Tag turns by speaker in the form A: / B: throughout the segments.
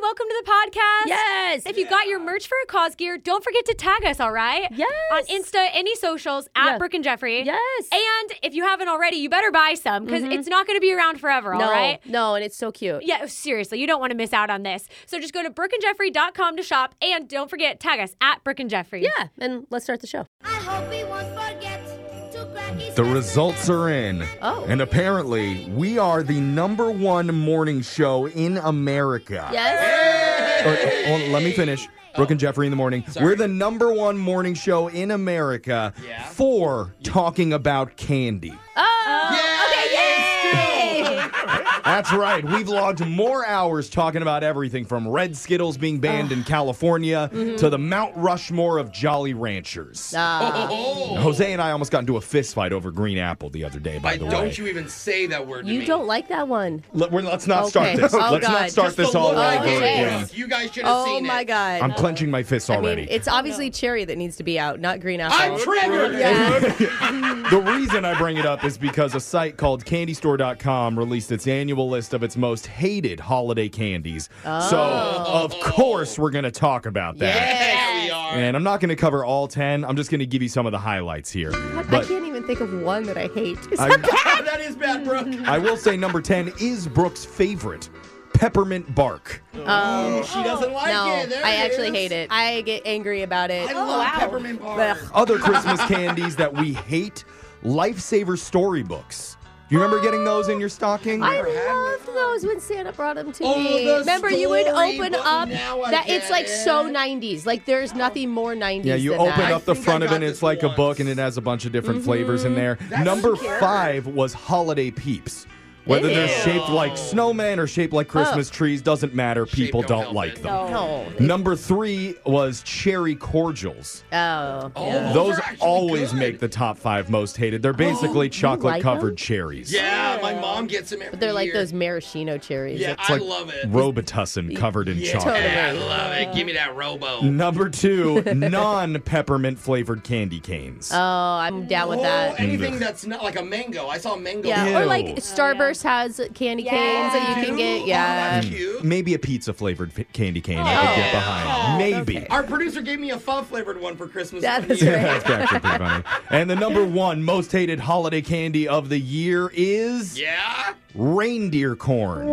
A: welcome to the podcast.
B: Yes.
A: If you got your merch for a cause gear, don't forget to tag us, all right?
B: Yes.
A: On Insta, any socials, at
B: Yeah.
A: Brooke and Jeffrey.
B: Yes. Mm-hmm.
A: And if you haven't already, you better buy some because it's not going to be around forever,
B: no,
A: all right?
B: no, and it's so cute.
A: Yeah, oh, seriously, you don't want to miss out on this. So just go to brookandjeffrey.com to shop and don't forget, tag us at Brook and Jeffrey.
B: Yeah, and let's start the show.
A: Oh,
C: I hope he won't forget to crack his
D: The results are in.
B: Oh.
D: And apparently, we are the number one morning show in America.
B: Yes.
D: Or, hold on, let me finish. Brooke and Jeffrey in the morning. We're the number one morning show in America for talking about candy.
E: Oh,
D: That's right. We've logged more hours talking about everything from Red Skittles being banned
B: Ah.
D: in California
B: Mm-hmm.
D: to the Mount Rushmore of Jolly Ranchers.
E: Oh,
D: Jose and I almost got into a fist fight over Green Apple the other day, Oh, by
E: Why
D: the way.
E: don't you even say that word to
B: you
E: me?
B: don't like that one.
D: Let, we're, let's not
B: Okay.
D: start this.
B: Oh,
D: let's
B: God.
D: not start
E: Just the
D: this all
E: look
D: over
E: on your
D: again.
E: face. You guys should have
F: Oh
E: seen
F: my
E: it.
F: god.
D: I'm clenching my fists
F: I
D: already.
F: mean, it's obviously cherry that needs to be out, not green apple.
E: I'm triggered.
D: the reason I bring it up is because a site called CandyStore.com released its annual list of its most hated holiday candies. So, of course, we're going to talk about that.
E: Oh. Yes, we are.
D: And I'm not going to cover all 10. I'm just going to give you some of the highlights here.
B: I
D: But
B: can't even think of one that I hate.
D: I,
E: that is bad, Brooke.
D: I will say number 10 is Brooke's favorite peppermint bark.
E: she
B: Um,
E: doesn't like
F: no,
E: it. There
F: I
E: it
F: actually
E: is.
F: hate it. I get angry about it.
E: I love peppermint bars.
D: Other Christmas candies that we hate Lifesaver storybooks. Do you remember getting those in your stocking?
B: I loved those when Santa brought them to
E: Oh,
B: me.
E: the
B: Remember, you would
E: story
B: open
E: book.
B: up
E: Now I
B: that
E: get
B: it's like
E: it.
B: so 90s. Like there's nothing more 90s.
D: Yeah, you
B: than
D: open
B: that.
D: up the
E: think
D: front
E: I
D: of it,
E: got
D: and
E: this
D: it's like a
E: once. Mm-hmm.
D: book, and it has a bunch of different flavors in there. Number five was holiday peeps. Whether they're
B: Ew.
D: shaped like snowmen or shaped like Christmas trees doesn't matter. People
E: don't
D: don't
E: help
D: like
E: it.
D: them.
B: No.
D: Number three was cherry cordials.
B: Oh.
E: Oh,
B: yeah. Oh,
D: Those
E: are actually
D: always
E: good.
D: make the top five most hated.
E: Oh,
D: They're basically chocolate covered
B: them?
D: cherries.
E: Yeah, my mom gets them every
B: But they're like
E: year.
B: those maraschino cherries.
E: Yeah,
D: It's
E: I
D: like
E: love it.
D: Robitussin covered in
E: yeah,
D: chocolate.
E: I love it. Give me that Robo.
D: Number two,
E: Oh,
D: non peppermint flavored candy canes.
B: Oh, I'm down with
E: Oh,
B: that.
E: anything that's not like a mango. I saw a mango.
B: Yeah,
D: Ew. Oh,
B: or like Starburst has candy canes that you can get.
E: Oh,
B: Yeah.
E: that's cute.
D: Mm.
E: Oh,
D: Maybe a pizza flavored candy cane I could get
B: Oh,
D: behind. Maybe.
E: Our producer gave me a pho flavored one for Christmas.
B: That
E: one
B: is
E: year.
D: Yeah, that's actually pretty funny. And the number one most hated holiday candy of the year is
E: Yeah.
D: reindeer corn.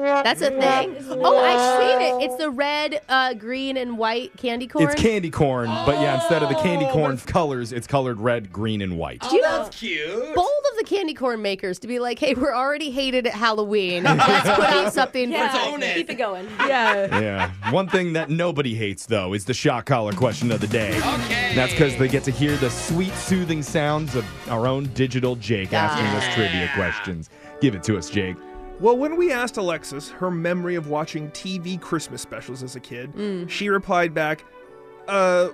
B: That's a thing. Oh, I've seen it. It's the red, uh, green, and white candy corn.
D: It's candy corn, but yeah, instead of the candy corn colors, it's colored red, green, and white.
E: Oh, that's cute.
B: Bold of the candy corn makers to be like, hey, we're already hated at Halloween. Let's put out something.
A: Yeah,
B: For-
E: own it.
A: Keep it going.
F: Yeah.
D: Yeah. One thing that nobody hates, though, is the shot collar question of the day.
E: Okay.
D: That's because they get to hear the sweet, soothing sounds of our own digital Jake asking us trivia questions. Give it to us, Jake.
G: Well, when we asked Alexis her memory of watching TV Christmas specials as a kid, she replied back, uh,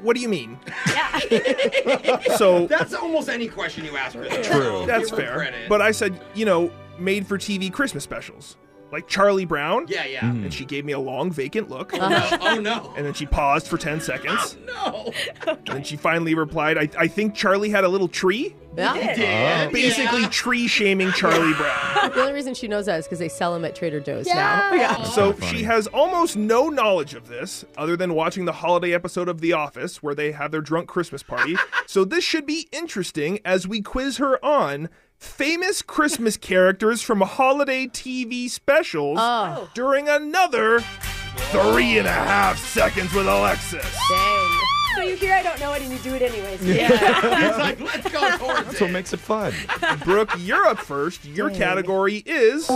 G: what do you mean? so
E: That's almost any question you ask her. though.
D: True.
G: that's
E: Give her
G: fair.
E: credit.
G: But I said, you know, made for TV Christmas specials. Like Charlie Brown?
E: yeah, yeah.
G: And she gave me a long, vacant look.
E: Oh no.
G: And then she paused for 10 seconds.
E: No.
G: And then she finally replied, I, I think Charlie had a little tree.
B: Yeah.
E: Yeah.
G: Basically, tree shaming Charlie Brown.
B: The only reason she knows that is because they sell them at Trader Joe's now.
G: So
D: kinda funny.
G: she has almost no knowledge of this, other than watching the holiday episode of The Office where they have their drunk Christmas party. so this should be interesting as we quiz her on famous Christmas characters from holiday TV specials
D: Oh.
G: during another three and a half seconds with Alexis.
B: Dang.
A: So you hear I don't know it and you do it anyways.
E: It's like, let's go towards
D: That's what
E: it.
D: makes it fun.
G: Brooke, you're up first. Your category is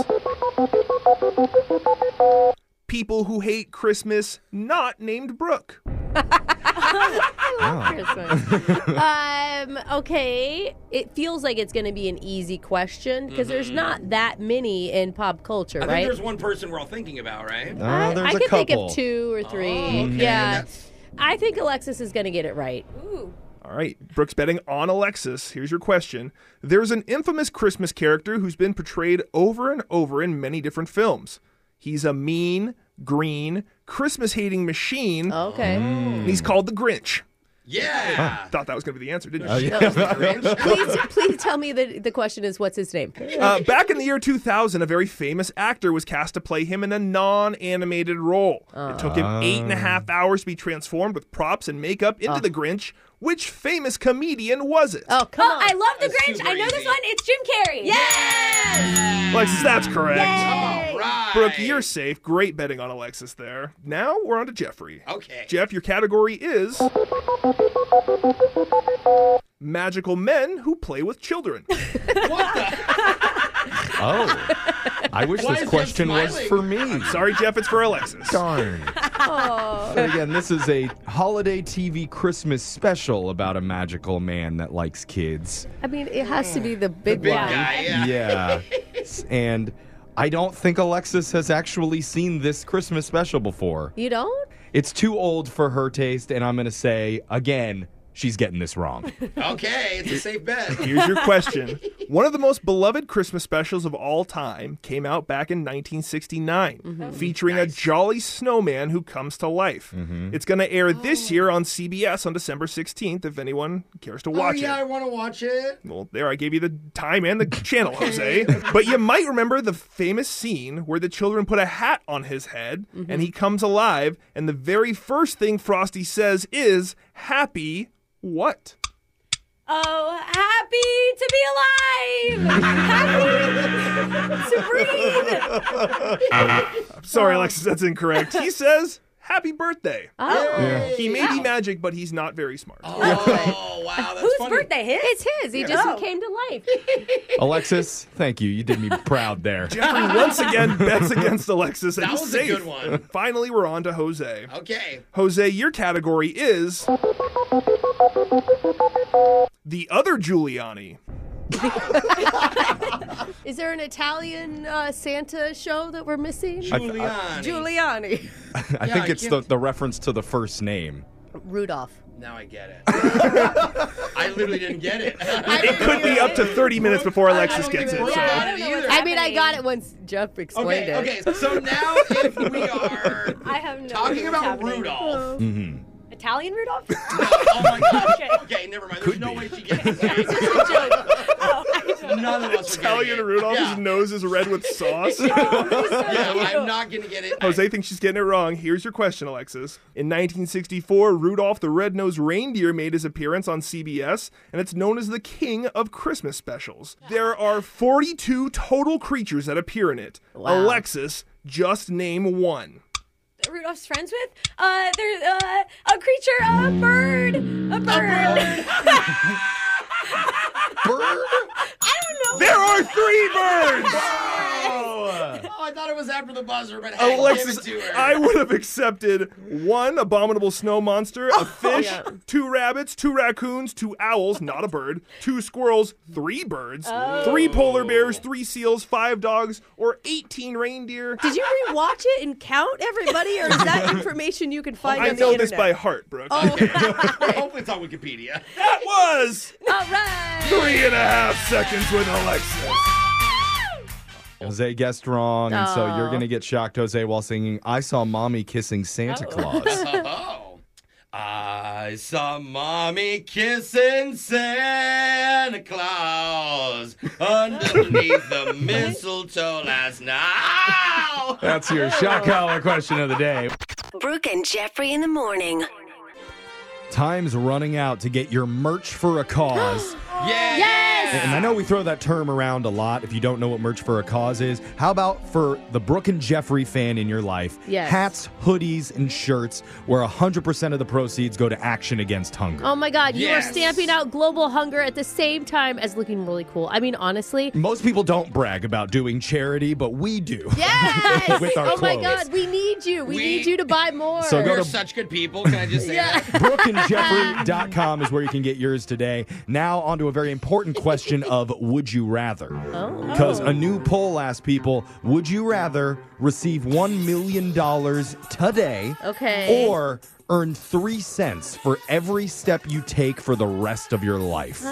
G: people who hate Christmas not named Brooke.
D: Oh.
B: um, okay. It feels like it's going to be an easy question because there's not that many in pop culture,
E: I think
B: right?
E: there's one person we're all thinking about, right?
D: Oh,
B: I-
D: there's
B: I
D: a
B: can
D: couple.
B: think of two or three. yeah. I think Alexis is going to get it right.
G: All right, Brooks betting on Alexis. Here's your question. There's an infamous Christmas character who's been portrayed over and over in many different films. He's a mean, green, Christmas hating machine,
B: Okay.
G: and he's called the Grinch.
E: Yeah.
G: Thought that was going to be the answer, didn't you?
B: please, please tell me that the question is what's his name?
G: Uh, back in the year 2000, a very famous actor was cast to play him in a non animated role. It took him eight and a half hours to be transformed with props and makeup into the Grinch. Which famous comedian was it?
B: Oh, come
A: Oh,
B: on.
A: I love the
E: That's
A: Grinch.
E: super
A: I know this
E: easy.
A: one. It's Jim Carrey.
E: Yeah.
G: Alexis, that's correct.
E: All right.
G: Brooke, you're safe. Great betting on Alexis there. Now we're on to Jeffrey.
E: Okay.
G: Jeff, your category is magical men who play with children.
E: what the?
D: Oh. I wish
E: Why
D: this
E: is
D: question
E: that
D: was
E: smiling?
D: for me.
G: Sorry, Jeff, it's for Alexis.
D: Darn. So again, this is a holiday TV Christmas special about a magical man that likes kids.
B: I mean, it has to be the big,
E: Big
B: one.
E: guy. Yeah.
D: Yeah. S- and I don't think Alexis has actually seen this Christmas special before.
B: You don't?
D: It's too old for her taste, and I'm going to say, again, she's getting this wrong.
E: Okay. It's a safe bet.
G: Here's your question. One of the most beloved Christmas specials of all time came out back in 1969,
E: Mm-hmm. Oh,
G: featuring a jolly snowman who comes to life. It's going to air this year on CBS on December 16th if anyone cares to watch
E: Oh. oh, yeah,
G: it.
E: I want to watch it.
G: Well, there I gave you the time and the channel, Jose. but you might remember the famous scene where the children put a hat on his head
E: Mm-hmm.
G: and he comes alive, and the very first thing Frosty says is happy what?
A: Oh, happy to be alive. happy to breathe.
G: Sorry, Alexis, that's incorrect. He says happy birthday.
D: Oh. Yeah.
G: He may be magic, but he's not very smart.
E: Oh, wow. That's
A: Whose
E: funny.
A: birthday? His?
B: It's his. He just
A: Oh.
B: came to life.
D: Alexis, thank you. You did me proud there.
G: Jeffrey once again bets against Alexis, and
E: That
G: he's
E: was a
G: safe.
E: good one.
G: Finally, we're on to Jose.
E: Okay.
G: Jose, your category is the other Giuliani.
B: Is there an Italian uh, Santa show that we're missing?
E: Giuliani.
B: Giuliani.
D: I
E: Yeah,
D: think
E: I
D: it's the,
E: can't-
D: the reference to the first name.
B: Rudolph.
E: Now I get it. I literally didn't get it.
G: It could be up to 30 minutes before Alexis gets it.
E: Brooke
G: So.
E: got it either.
B: I mean, I got it once Jeff explained
E: Okay,
B: it.
E: okay. So now if we are
A: I have no
E: talking
A: idea what's
E: about
A: happening.
E: Rudolph.
A: Italian Rudolph?
E: oh my gosh.
A: Okay.
E: Okay, never mind.
D: Could
E: There's no
D: be.
E: way she gets this. None of us are
G: Italian
E: getting it.
G: Rudolph's
E: Yeah.
G: nose is red with sauce.
E: Yeah, I'm not gonna get it.
G: Jose thinks she's getting it wrong. Here's your question, Alexis. In 1964, Rudolph the Red-Nosed Reindeer made his appearance on CBS, and it's known as the King of Christmas Specials. There are 42 total creatures that appear in it. Alexis, just name one.
A: That Rudolph's friends with? Uh, there's uh, a creature, a bird, a bird.
D: Bird?
A: I don't know.
G: There are three birds!
E: Oh, I thought it was after the buzzer, but hey,
G: Oh, Alexis,
E: give it to her.
G: I would have accepted one abominable snow monster,
B: Oh,
G: a fish, two rabbits, two raccoons, two owls, not a bird, two squirrels, three birds, three
B: Oh.
G: polar bears, three seals, five dogs, or 18 reindeer.
B: Did you rewatch it and count everybody, or is that information you can find
G: I
B: on
G: know
B: the
G: this by
B: internet?
G: heart, Brooke.
E: Well, hopefully Oh. it's on Wikipedia.
G: That was
A: All right.
G: three and a half seconds with Alexis.
D: Jose guessed wrong, and so you're going to get shocked, Jose, while singing, I Saw Mommy Kissing Santa Claus.
E: Oh. I saw mommy kissing Santa Claus underneath the mistletoe last night.
D: That's your shock collar question of the day.
H: Brooke and Jeffrey in the morning.
D: Time's running out to get your merch for a cause.
E: Yeah. Yes.
D: And I know we throw that term around a lot. If you don't know what merch for a cause is, how about for the Brooke and Jeffrey fan in your life?
B: Yes.
D: Hats, hoodies, and shirts where 100% of the proceeds go to Action Against Hunger.
B: Oh my God, you
E: Yes.
B: are stamping out global hunger at the same time as looking really cool. I mean, honestly.
D: Most people don't brag about doing charity, but we do.
B: Yes!
D: With our
B: oh my
D: clothes.
B: God, we need you. We,
E: We-
B: need you to buy more.
D: So go
E: We're
D: to-
E: such good people. Can I just say that?
D: BrookeandJeffrey.com is where you can get yours today. Now, onto a very important question of would you rather?
B: Oh.
D: Because a new poll asked people would you rather receive $1 million today
B: Okay.
D: or earn three cents for every step you take for the rest of your life?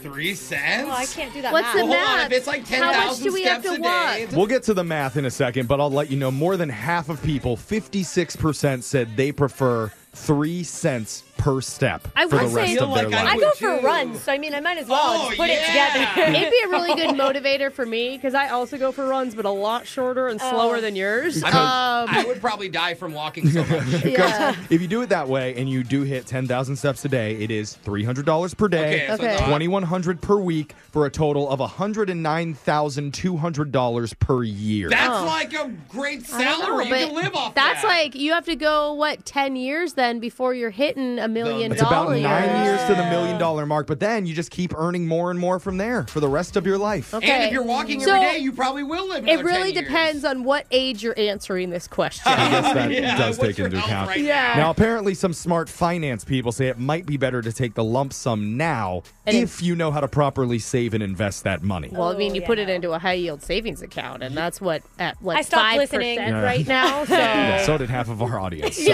E: Three cents?
A: Oh, I can't do that
B: What's
A: math.
B: the
E: Well, hold on.
B: math.
E: If it's like
B: How much
E: 10,000
B: do we have
E: steps
B: to
E: a day,
B: walk?
D: We'll get to the math in a second, but I'll let you know more than half of people, 56%, said they prefer three cents per step
B: I
D: for the
B: would
D: rest
B: say-
D: of
E: Feel
D: their
E: like I
D: life.
A: I go for
E: too.
A: runs, so I mean, I might as well
E: Oh,
A: just put
E: yeah.
A: it together.
B: It'd be a really good motivator for me because I also go for runs, but a lot shorter and slower than yours.
E: I,
B: Uh,
E: mean, um, I would probably die from walking so much.
B: Yeah.
D: If you do it that way and you do hit 10,000 steps a day, it is $300 per day,
E: Okay, that's what I
B: Okay.
E: thought.
D: 2100 per week for a total of $109,200 per year.
E: That's Oh. like a great salary. you can live off
B: that's
E: that.
B: like you have to go what ten years then before you're hitting a million
D: it's about
B: dollars.
D: nine years to the million dollar mark, but then you just keep earning more and more from there for the rest of your life.
E: And
B: okay.
E: if you're walking
B: So,
E: every day, you probably will live.
B: It
E: another 10
B: really
E: years.
B: depends on what age you're answering this question.
D: I guess that
E: Yeah,
D: does
E: what's
D: take
E: your
D: into
E: health
D: account.
E: right
B: Yeah.
D: Now, apparently, some smart finance people say it might be better to take the lump sum now if you know how to properly save and invest that money.
B: Well, I mean,
A: Oh,
B: you
A: yeah,
B: put it into a high yield savings account, and that's what at
A: I
B: like
A: stopped
B: five
A: listening.
B: percent
D: Yeah.
B: right now. So
D: Yeah, so did half of our audience. so.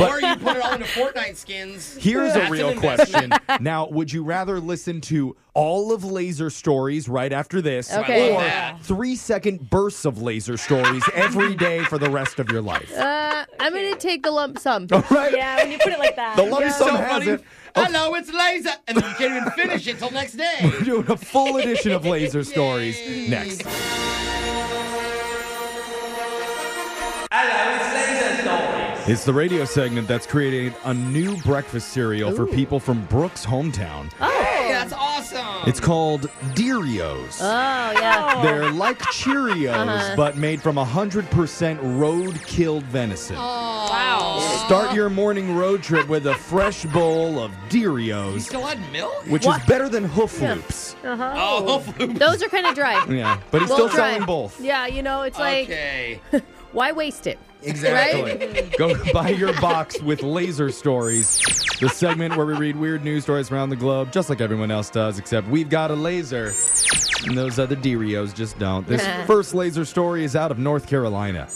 E: Or you put it all into Fortnite skins.
D: Here's
E: That's
D: a
E: an
D: real
E: investment.
D: question. now, would you rather listen to all of Laser Stories right after this
B: Okay.
D: or
E: Yeah.
D: three second bursts of Laser Stories every day for the rest of your life?
B: uh, I'm gonna take the lump sum.
D: All right?
A: yeah, when you put it like that.
D: The lump
E: So
D: sum has
E: funny.
D: it. Oh.
E: Hello, it's laser, and then you can't even finish it till next day.
D: We're doing a full edition of Laser Stories next. It's the radio segment that's creating a new breakfast cereal for people from Brooks' hometown.
E: Hey, that's awesome.
D: It's called Derios.
B: Oh yeah.
D: They're like Cheerios, but made from 100% road killed venison.
E: wow.
D: Start your morning road trip with a fresh bowl of
E: You
D: Derios,
E: still had milk?
D: which is better than Hoof Loops. Yeah,
E: Oh,
B: Uh-huh. Those are kind of dry.
D: but he's
B: Well,
D: still
B: dry.
D: selling both.
B: Yeah, you know, it's like
E: okay.
B: why waste it?
D: Exactly. Go buy your box with Laser Stories, the segment where we read weird news stories around the globe, just like everyone else does, except we've got a laser. And those other Derios just don't. This first laser story is out of North Carolina.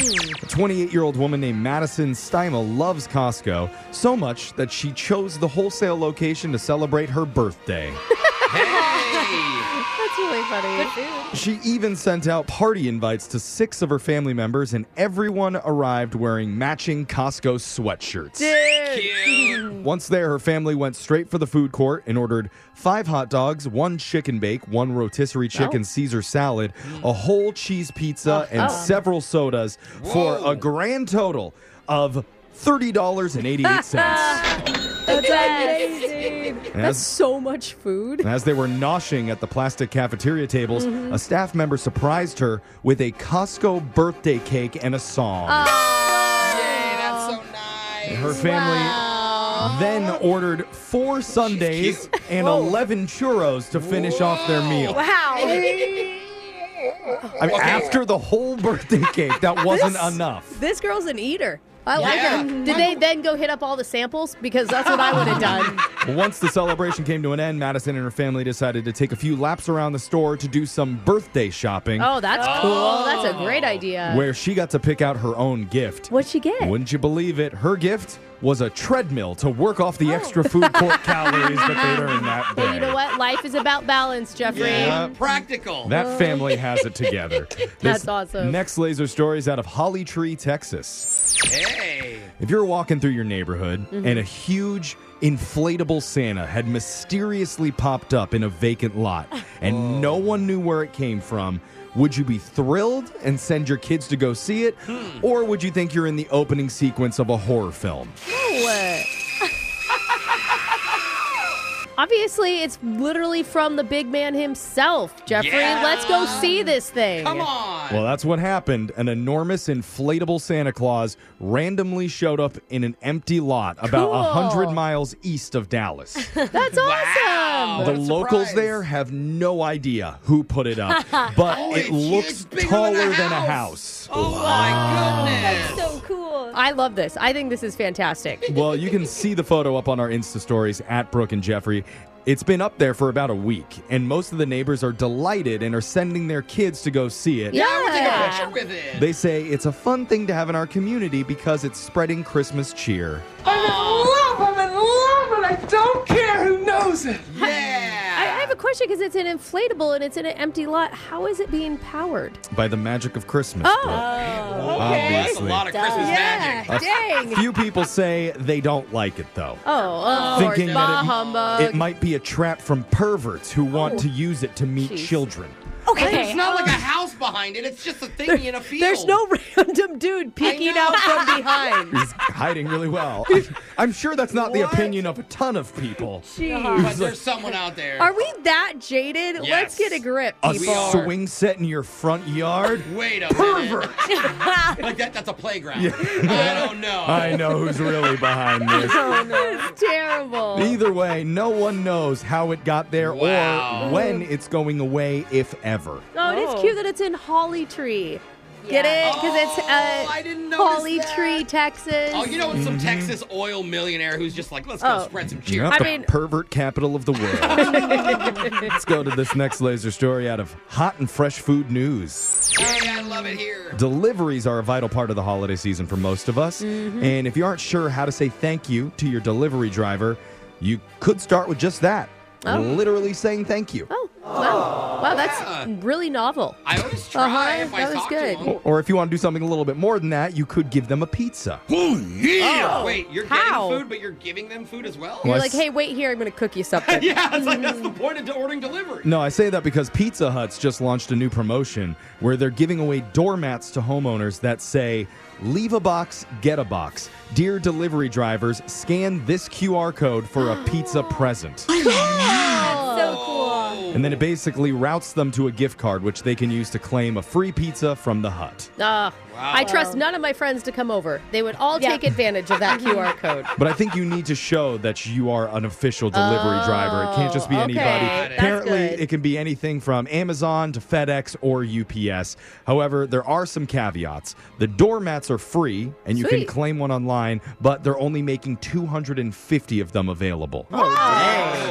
D: A 28 year old woman named Madison Steima loves Costco so much that she chose the wholesale location to celebrate her birthday.
E: Hey.
B: That's really funny.
D: She even sent out party invites to six of her family members, and everyone arrived wearing matching Costco sweatshirts.
E: Cute.
D: Once there, her family went straight for the food court and ordered five hot dogs, one chicken bake, one rotisserie chicken Caesar salad, a whole cheese pizza, and several sodas for
E: Whoa.
D: a grand total of $30.88.
B: That's amazing. That's
D: as,
B: so much food.
D: as they were noshing at the plastic cafeteria tables, a staff member surprised her with a Costco birthday cake and a song.
E: Hey, that's so nice.
D: Her family then ordered four sundaes and 11 churros to finish off their meal.
B: Wow.
D: I mean, after the whole birthday cake, that wasn't enough.
I: This girl's an eater.
B: I like
E: Yeah.
B: it. Did they then go hit up all the samples? Because that's what I would have done.
D: Once the celebration came to an end, Madison and her family decided to take a few laps around the store to do some birthday shopping,
B: Oh, that's cool. That's a great idea.
D: where she got to pick out her own gift.
I: What'd she get?
D: Wouldn't you believe it? Her gift was a treadmill to work off
I: Oh.
D: the extra food court calories that they'd earned that day.
B: But you know what? Life is about balance, Jeffrey.
D: Yeah.
E: Practical.
D: That family has it together.
B: That's
D: This
B: awesome.
D: Next laser story is out of Holly Tree, Texas.
E: hey.
D: If you're walking through your neighborhood
B: Mm-hmm.
D: and a huge inflatable Santa had mysteriously popped up in a vacant lot and
B: Oh.
D: no one knew where it came from, would you be thrilled and send your kids to go see it?
B: Hmm.
D: Or would you think you're in the opening sequence of a horror film?
B: Obviously, it's literally from the big man himself, Jeffrey.
E: Yeah.
B: Let's go see this thing.
E: Come on.
D: Well, that's what happened. An enormous inflatable Santa Claus randomly showed up in an empty lot about a
B: Cool.
D: 100 miles east of Dallas.
B: That's awesome.
E: Wow.
D: The
E: What a
D: locals
E: surprise.
D: there have no idea who put it up, but
E: Holy
D: it
E: shit, it's
D: looks
E: bigger
D: taller
E: than
D: than
E: a
D: a,
E: house.
D: house.
E: Oh my goodness.
A: so cool.
B: I love this. I think this is fantastic.
D: Well, you can see the photo up on our Insta stories at Brooke and Jeffrey. It's been up there for about a week, and most of the neighbors are delighted and are sending their kids to go see it.
E: Yeah, I would
B: Yeah.
E: take a picture with it.
D: They say it's a fun thing to have in our community because it's spreading Christmas cheer.
E: yeah.
J: I have a
B: question because it's an inflatable and it's in an empty lot. How is it being powered?
D: By the magic of Christmas.
B: Oh,
E: That's a
D: Obviously.
E: lot of Christmas magic.
D: A
B: dang.
D: Few people say they don't like it though.
B: Oh, of
D: Thinking
B: course.
D: that
B: Bah
D: it-
B: humbug.
D: It might be a trap from perverts who want to use it to meet
B: Oh. Jeez.
D: children.
E: It's not like a house behind it. It's just a thingy in a field.
B: Uh. There's no random dude peeking
E: know.
B: out from behind.
D: He's hiding really well. I'm sure that's not the opinion of a ton of people.
E: But there's someone out there.
B: Are we that jaded? Let's
E: Yes.
B: get a grip,
D: A
B: people.
E: are.
D: swing set in your front yard?
E: Wait a minute. like that, that's a playground. I don't know.
D: I know who's really behind this.
B: Oh, It's terrible.
D: Either way, no one knows how it got there
E: Wow.
D: or when it's going away, if ever.
B: Oh, and it's
K: Oh.
B: cute that it's in Holly Tree. Get
A: Yeah.
B: it? Because it's uh,
E: Oh, I didn't notice
B: Holly
E: that.
B: Tree, Texas.
E: Oh, you know, it's some Texas oil millionaire who's just like, let's go
B: Oh.
E: spread some cheer.
D: You're not the
B: I mean-
D: pervert capital of the world. Let's go to this next laser story out of Hot and Fresh Food News.
E: Hey, I love it here.
D: Deliveries are a vital part of the holiday season for most of us.
B: Mm-hmm.
D: And if you aren't sure how to say thank you to your delivery driver, you could start with just that. Literally saying thank you.
B: Oh, wow. Wow, that's
E: Yeah.
B: really novel.
E: I always try
B: Uh-huh,
E: if
B: that
E: I
B: was
E: talk
B: good.
E: to him.
D: Or if you want to do something a little bit more than that, you could give them a pizza.
E: Yeah. Oh, Wait, you're
B: How?
E: getting food, but you're giving them food as well?
B: You're
D: I
B: like,
D: s-
B: hey, wait here. I'm going to cook you something. Mm.
E: yeah, it's like that's the point of ordering delivery.
D: No, I say that because Pizza Hut's just launched a new promotion where they're giving away doormats to homeowners that say, Leave a box, get a box. Dear delivery drivers, scan this QR code for a pizza present.
A: So cool.
D: And then it basically routes them to a gift card, which they can use to claim a free pizza from the hut.
B: Ah, I trust none of my friends to come over. They would all
A: Yeah.
B: take advantage of that QR code.
D: But I think you need to show that you are an official delivery driver. It can't just be
B: Oh, okay.
D: anybody.
B: That's
D: Apparently,
B: good.
D: it can be anything from Amazon to FedEx or UPS. However, there are some caveats. The doormats are free, and you can
B: Sweet.
D: claim one online, but they're only making 250 of them available.
E: Oh.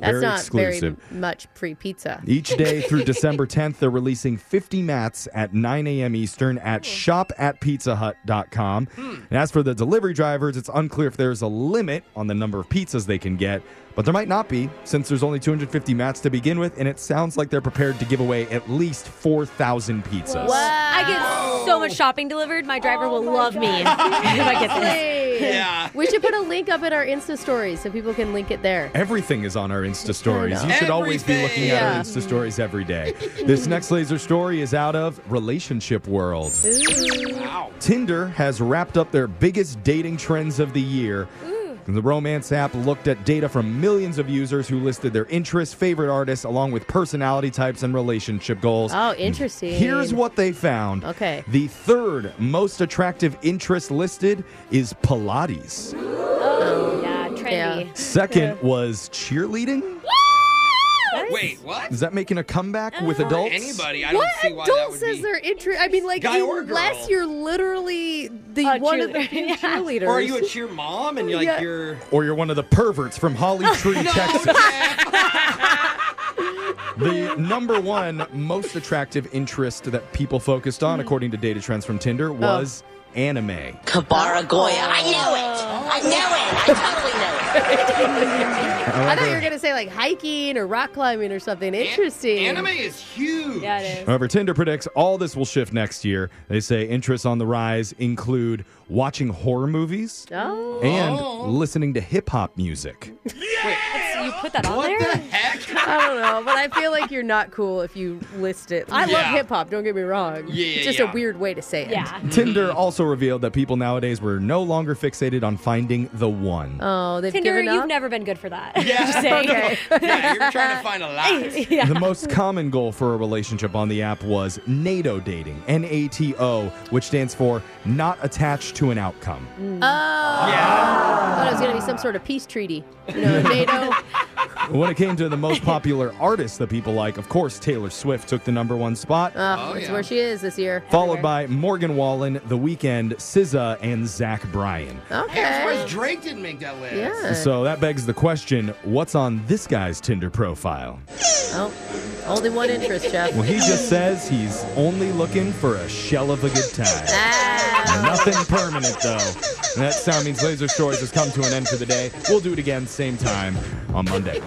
B: That's
D: Very
B: not
D: exclusive.
B: very much free pizza.
D: Each day through December 10th, they're releasing 50 mats at 9 a.m. Eastern at shop at pizzahut.com. And as for the delivery drivers, it's unclear if there's a limit on the number of pizzas they can get, but there might not be since there's only 250 mats to begin with, and it sounds like they're prepared to give away at least 4,000 pizzas.
A: I get so much shopping delivered. My driver will love me if I get this.
E: Yeah.
B: We should put a link up in our Insta stories so people can link it there.
D: Everything is on our Insta stories. You should always be looking at our Insta stories every day. this next laser story is out of Relationship World.
E: Wow.
D: Tinder has wrapped up their biggest dating trends of the year. The romance app looked at data from millions of users who listed their interests, favorite artists, along with personality types and relationship goals.
B: Oh, interesting.
D: Here's what they found.
B: Okay.
D: The third most attractive interest listed is Pilates.
A: Oh, Yeah, trendy.
D: Second was cheerleading.
E: Wait, what?
D: Is that making a comeback with adults?
E: Anybody? I don't
B: Oh. What
E: see why that
B: adult
E: would
B: says
E: be.
B: they're interested? I mean, like,
E: Guy or
B: unless
E: girl?
B: you're literally the
A: A
B: one of the
A: cheerleader.
B: few
A: Yeah.
B: cheerleaders.
E: Or are you a cheer mom and you're like
B: Oh, Yeah.
E: you're
D: Or you're one of the perverts from Holly Tree, Texas. The number one most attractive interest that people focused on,
B: Mm-hmm.
D: according to data trends from Tinder,
B: Oh.
D: was anime.
L: Kabara Goya. Oh, I know it. I know it. I totally know it.
B: I thought you were going to say, like, hiking or rock climbing or something. Interesting.
E: Anime is huge.
A: Yeah, it is.
D: However, Tinder predicts all this will shift next year. They say interests on the rise include watching horror movies
B: Oh.
D: and listening to hip hop music.
A: You put that on
E: What
A: there?
E: the heck?
B: I don't know, but I feel like you're not cool if you list it. I love
E: Yeah.
B: hip hop, don't get me wrong.
E: Yeah,
B: it's just
E: yeah.
B: a weird way to say it.
A: Yeah.
D: Tinder also revealed that people nowadays were no longer fixated on finding the one.
B: Oh, they've
A: Tinder,
B: given up.
A: you've never been good for that.
E: Yeah.
A: Just saying.
B: Okay.
E: yeah, you're trying to find a lie.
A: yeah.
D: The most common goal for a relationship on the app was NATO dating, N A T O, which stands for not attached to an outcome.
B: Oh,
E: Yeah.
B: I thought it was going to be some sort of peace treaty. You know, NATO.
E: Oh,
D: When it came to the most popular artists that people like, of course, Taylor Swift took the number one spot,
B: Uh,
E: Oh,
B: that's
E: yeah.
B: where she is this year.
D: followed by Morgan Wallen, The Weeknd, SZA, and Zach Bryan.
E: Hey, I'm
B: Okay.
E: surprised Drake didn't make that list.
B: Yeah.
D: So that begs the question what's on this guy's Tinder profile?
B: Oh, only one interest, Jeff.
D: Well, he just says he's only looking for a shell of a good time.
B: Ah.
D: Nothing permanent, though. And that sound means Laser Stories has come to an end for the day. We'll do it again, same time, on Monday.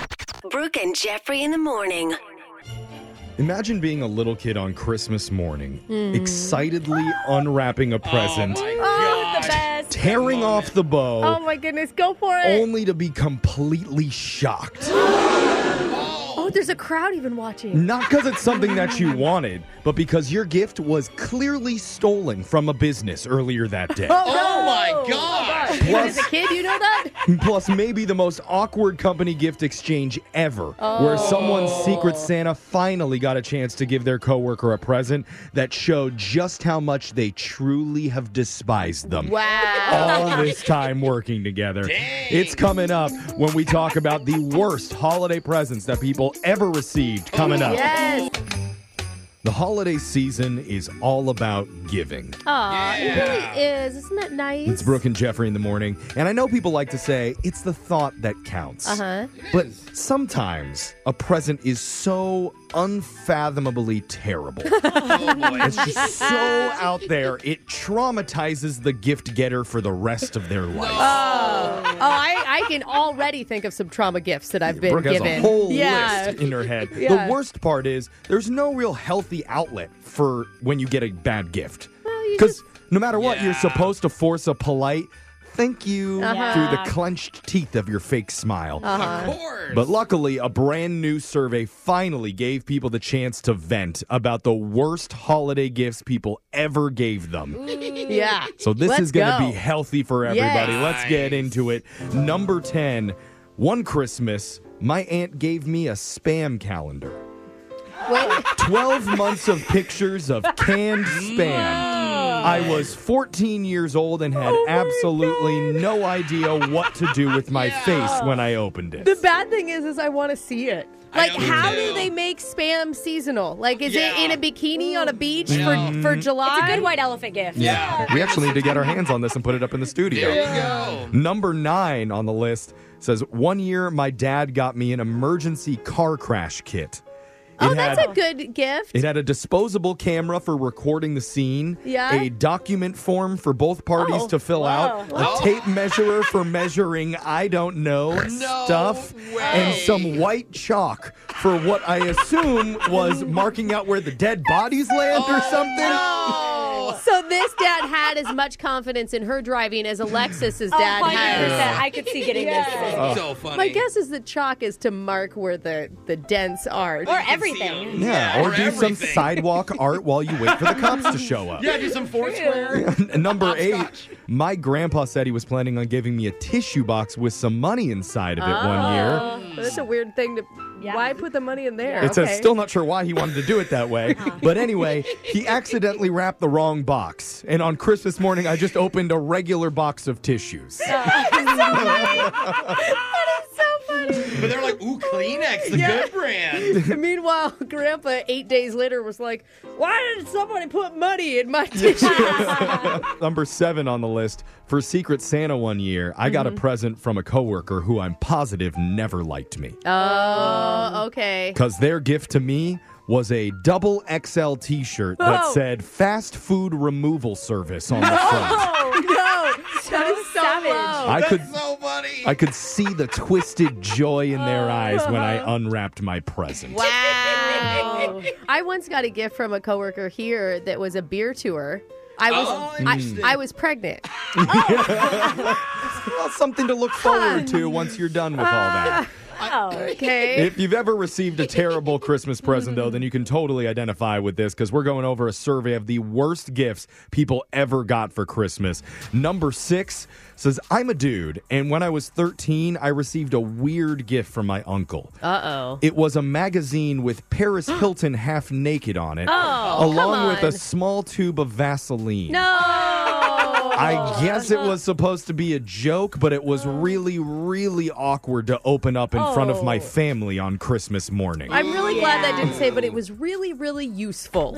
H: Brooke and Jeffrey in the morning.
D: Imagine being a little kid on Christmas morning, excitedly unwrapping a
B: Oh,
D: present,
A: The best.
D: tearing off the bow,
I: Oh my goodness, go for it.
D: only to be completely shocked.
B: Oh, there's a crowd even watching.
D: Not because it's something that you wanted, but because your gift was clearly stolen from a business earlier that day.
E: Oh my gosh!
I: Even as
D: Plus-
I: a kid, you know that?
D: Plus, maybe the most awkward company gift exchange ever, where
I: Oh.
D: someone's secret Santa finally got a chance to give their coworker a present that showed just how much they truly have despised them.
I: Wow.
D: All this time working together. It's coming up when we talk about the worst holiday presents that people ever received. Coming up.
I: Yes.
D: The holiday season is all about giving.
I: Aw,
E: Yeah.
I: it really is. Isn't that nice?
D: It's Brooke and Jeffrey in the morning. And I know people like to say it's the thought that counts.
I: Uh-huh.
D: But sometimes a present is so unfathomably terrible.
E: Oh boy.
D: it's just so out there, it traumatizes the gift getter for the rest of their life.
B: Oh, I, I can already think of some trauma gifts that I've been
D: Brooke has
B: given.
D: a whole
B: yeah.
D: list in her head.
B: Yeah.
D: The worst part is there's no real healthy outlet for when you get a bad gift. Because no matter what, you're
E: Yeah.
D: supposed to force a polite thank you
B: Uh-huh.
D: through the
B: Uh,
A: Yeah.
D: clenched teeth of your fake smile.
E: Of course.
D: But luckily, a brand new survey finally gave people the chance to vent about the worst holiday gifts people ever gave them.
B: Yeah.
D: So this
B: Let's
D: is going to
B: go.
D: be healthy for everybody.
B: Yes.
D: Let's get into it. Number 10, one Christmas, my aunt gave me a spam calendar. 12 months of pictures of canned spam. I was 14 years old and
B: Oh
D: had absolutely no idea what to do with my face when I opened it.
B: The bad thing is, is I want to see it.
E: I
B: Like,
E: know, me
B: how
E: too.
B: do they make spam seasonal? Like, is
E: Yeah.
B: it in a bikini on a beach
E: Yeah.
D: Mm-hmm.
B: for, for July?
A: It's a good white elephant gift.
E: yeah.
D: We actually need to get our hands on this and put it up in the studio.
E: There you go.
D: Number nine on the list says One year, my dad got me an emergency car crash kit.
B: Oh,
D: It
B: that's
D: had-
B: a good gift.
D: It had a disposable camera for recording the scene,
B: Yeah.
D: a document form for both parties
B: Oh,
D: to fill out,
E: Wow.
D: a tape measure for measuring I don't know stuff,
E: way.
D: and some white chalk for what I assume was marking out where the dead bodies land or something.
E: Oh.
B: So this dad had as much confidence in her driving as Alexis's
A: Oh,
B: dad
A: 100%.
B: has.
A: I could see getting this.
D: Oh.
E: So funny.
B: My guess is the chalk is to mark where the, the dents are.
A: Or
E: You can see
A: everything.
E: them.
D: Yeah, or do some
E: everything.
D: sidewalk art while you wait for the cops to show up.
E: Yeah, do some foursquare.
D: Number eight,
E: Hopscotch.
D: my grandpa said he was planning on giving me a tissue box with some money inside of it one year.
B: Oh, that's a weird thing to.
A: Yeah.
B: Why put the money in there?
D: It says,
B: Oh, Okay.
D: still not sure why he wanted to do it that way. But anyway, he accidentally wrapped the wrong box. And on Christmas morning, I just opened a regular box of tissues.
E: But they're like, ooh, Kleenex, the good brand.
B: Meanwhile, Grandpa eight days later was like, "Why did somebody put money in my tissue?"
D: Number seven on the list for Secret Santa one year, I got a present from a coworker who I'm positive never liked me.
B: oh, okay.
D: Because their gift to me was a double XL t shirt that
B: Oh.
D: said fast food removal service on the front.
B: Oh no, that is so
A: savage.
B: low.
D: I could
E: That's so funny.
D: I could see the twisted joy in their eyes when I unwrapped my present.
B: Wow. I once got a gift from a coworker here that was a beer tour. I was
E: Oh, interesting.
B: I, I was pregnant.
D: Well, something to look forward to once you're done with all that.
B: Okay.
D: If you've ever received a terrible Christmas present, though, then you can totally identify with this because we're going over a survey of the worst gifts people ever got for Christmas. Number six says, I'm a dude, and when I was 13, I received a weird gift from my uncle.
B: Uh oh.
D: It was a magazine with Paris Hilton half naked on it, along with a small tube of Vaseline.
B: No.
D: I guess it was supposed to be a joke, but it was really, really awkward to open up in front of my family on Christmas morning.
B: I'm really
I: glad that didn't say, but it was really, really useful.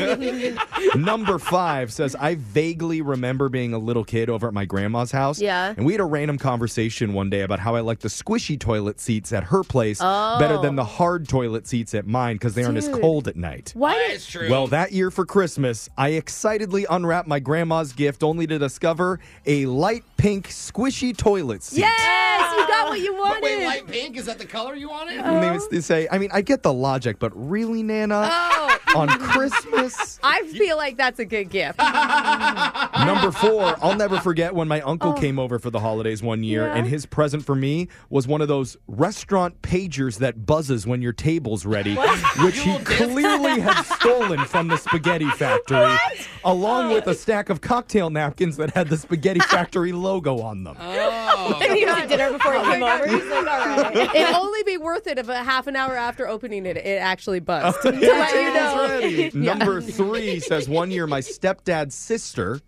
D: Number five says, I vaguely remember being a little kid over at my grandma's house.
I: Yeah.
D: And we had a random conversation one day about how I like the squishy toilet seats at her place better than the hard toilet seats at mine because they aren't as
I: Dude.
D: cold at night.
I: Why
E: That
I: did
E: is true.
D: Well, that year for Christmas, I excitedly unwrapped my grandma's gift only to discover a light pink squishy toilet seat.
I: Yes, you got what you wanted. Oh,
E: Wait, light pink? Is that the color you wanted?
D: And they, would say, I mean, I get the logic, but really, Nana?
I: Oh,
D: On Christmas?
I: I feel like that's a good gift.
D: Number four, I'll never forget when my uncle came over for the holidays one year, and his present for me was one of those restaurant pagers that buzzes when your table's ready, which he clearly had stolen from the spaghetti factory, along with a stack of cocktail napkins that had the spaghetti factory logo on them.
E: Oh.
I: he was at dinner before he came over. It'd only be worth it if a half an hour after opening it, it actually buzzed. to let you know.
D: Number three says one year my stepdad's sister,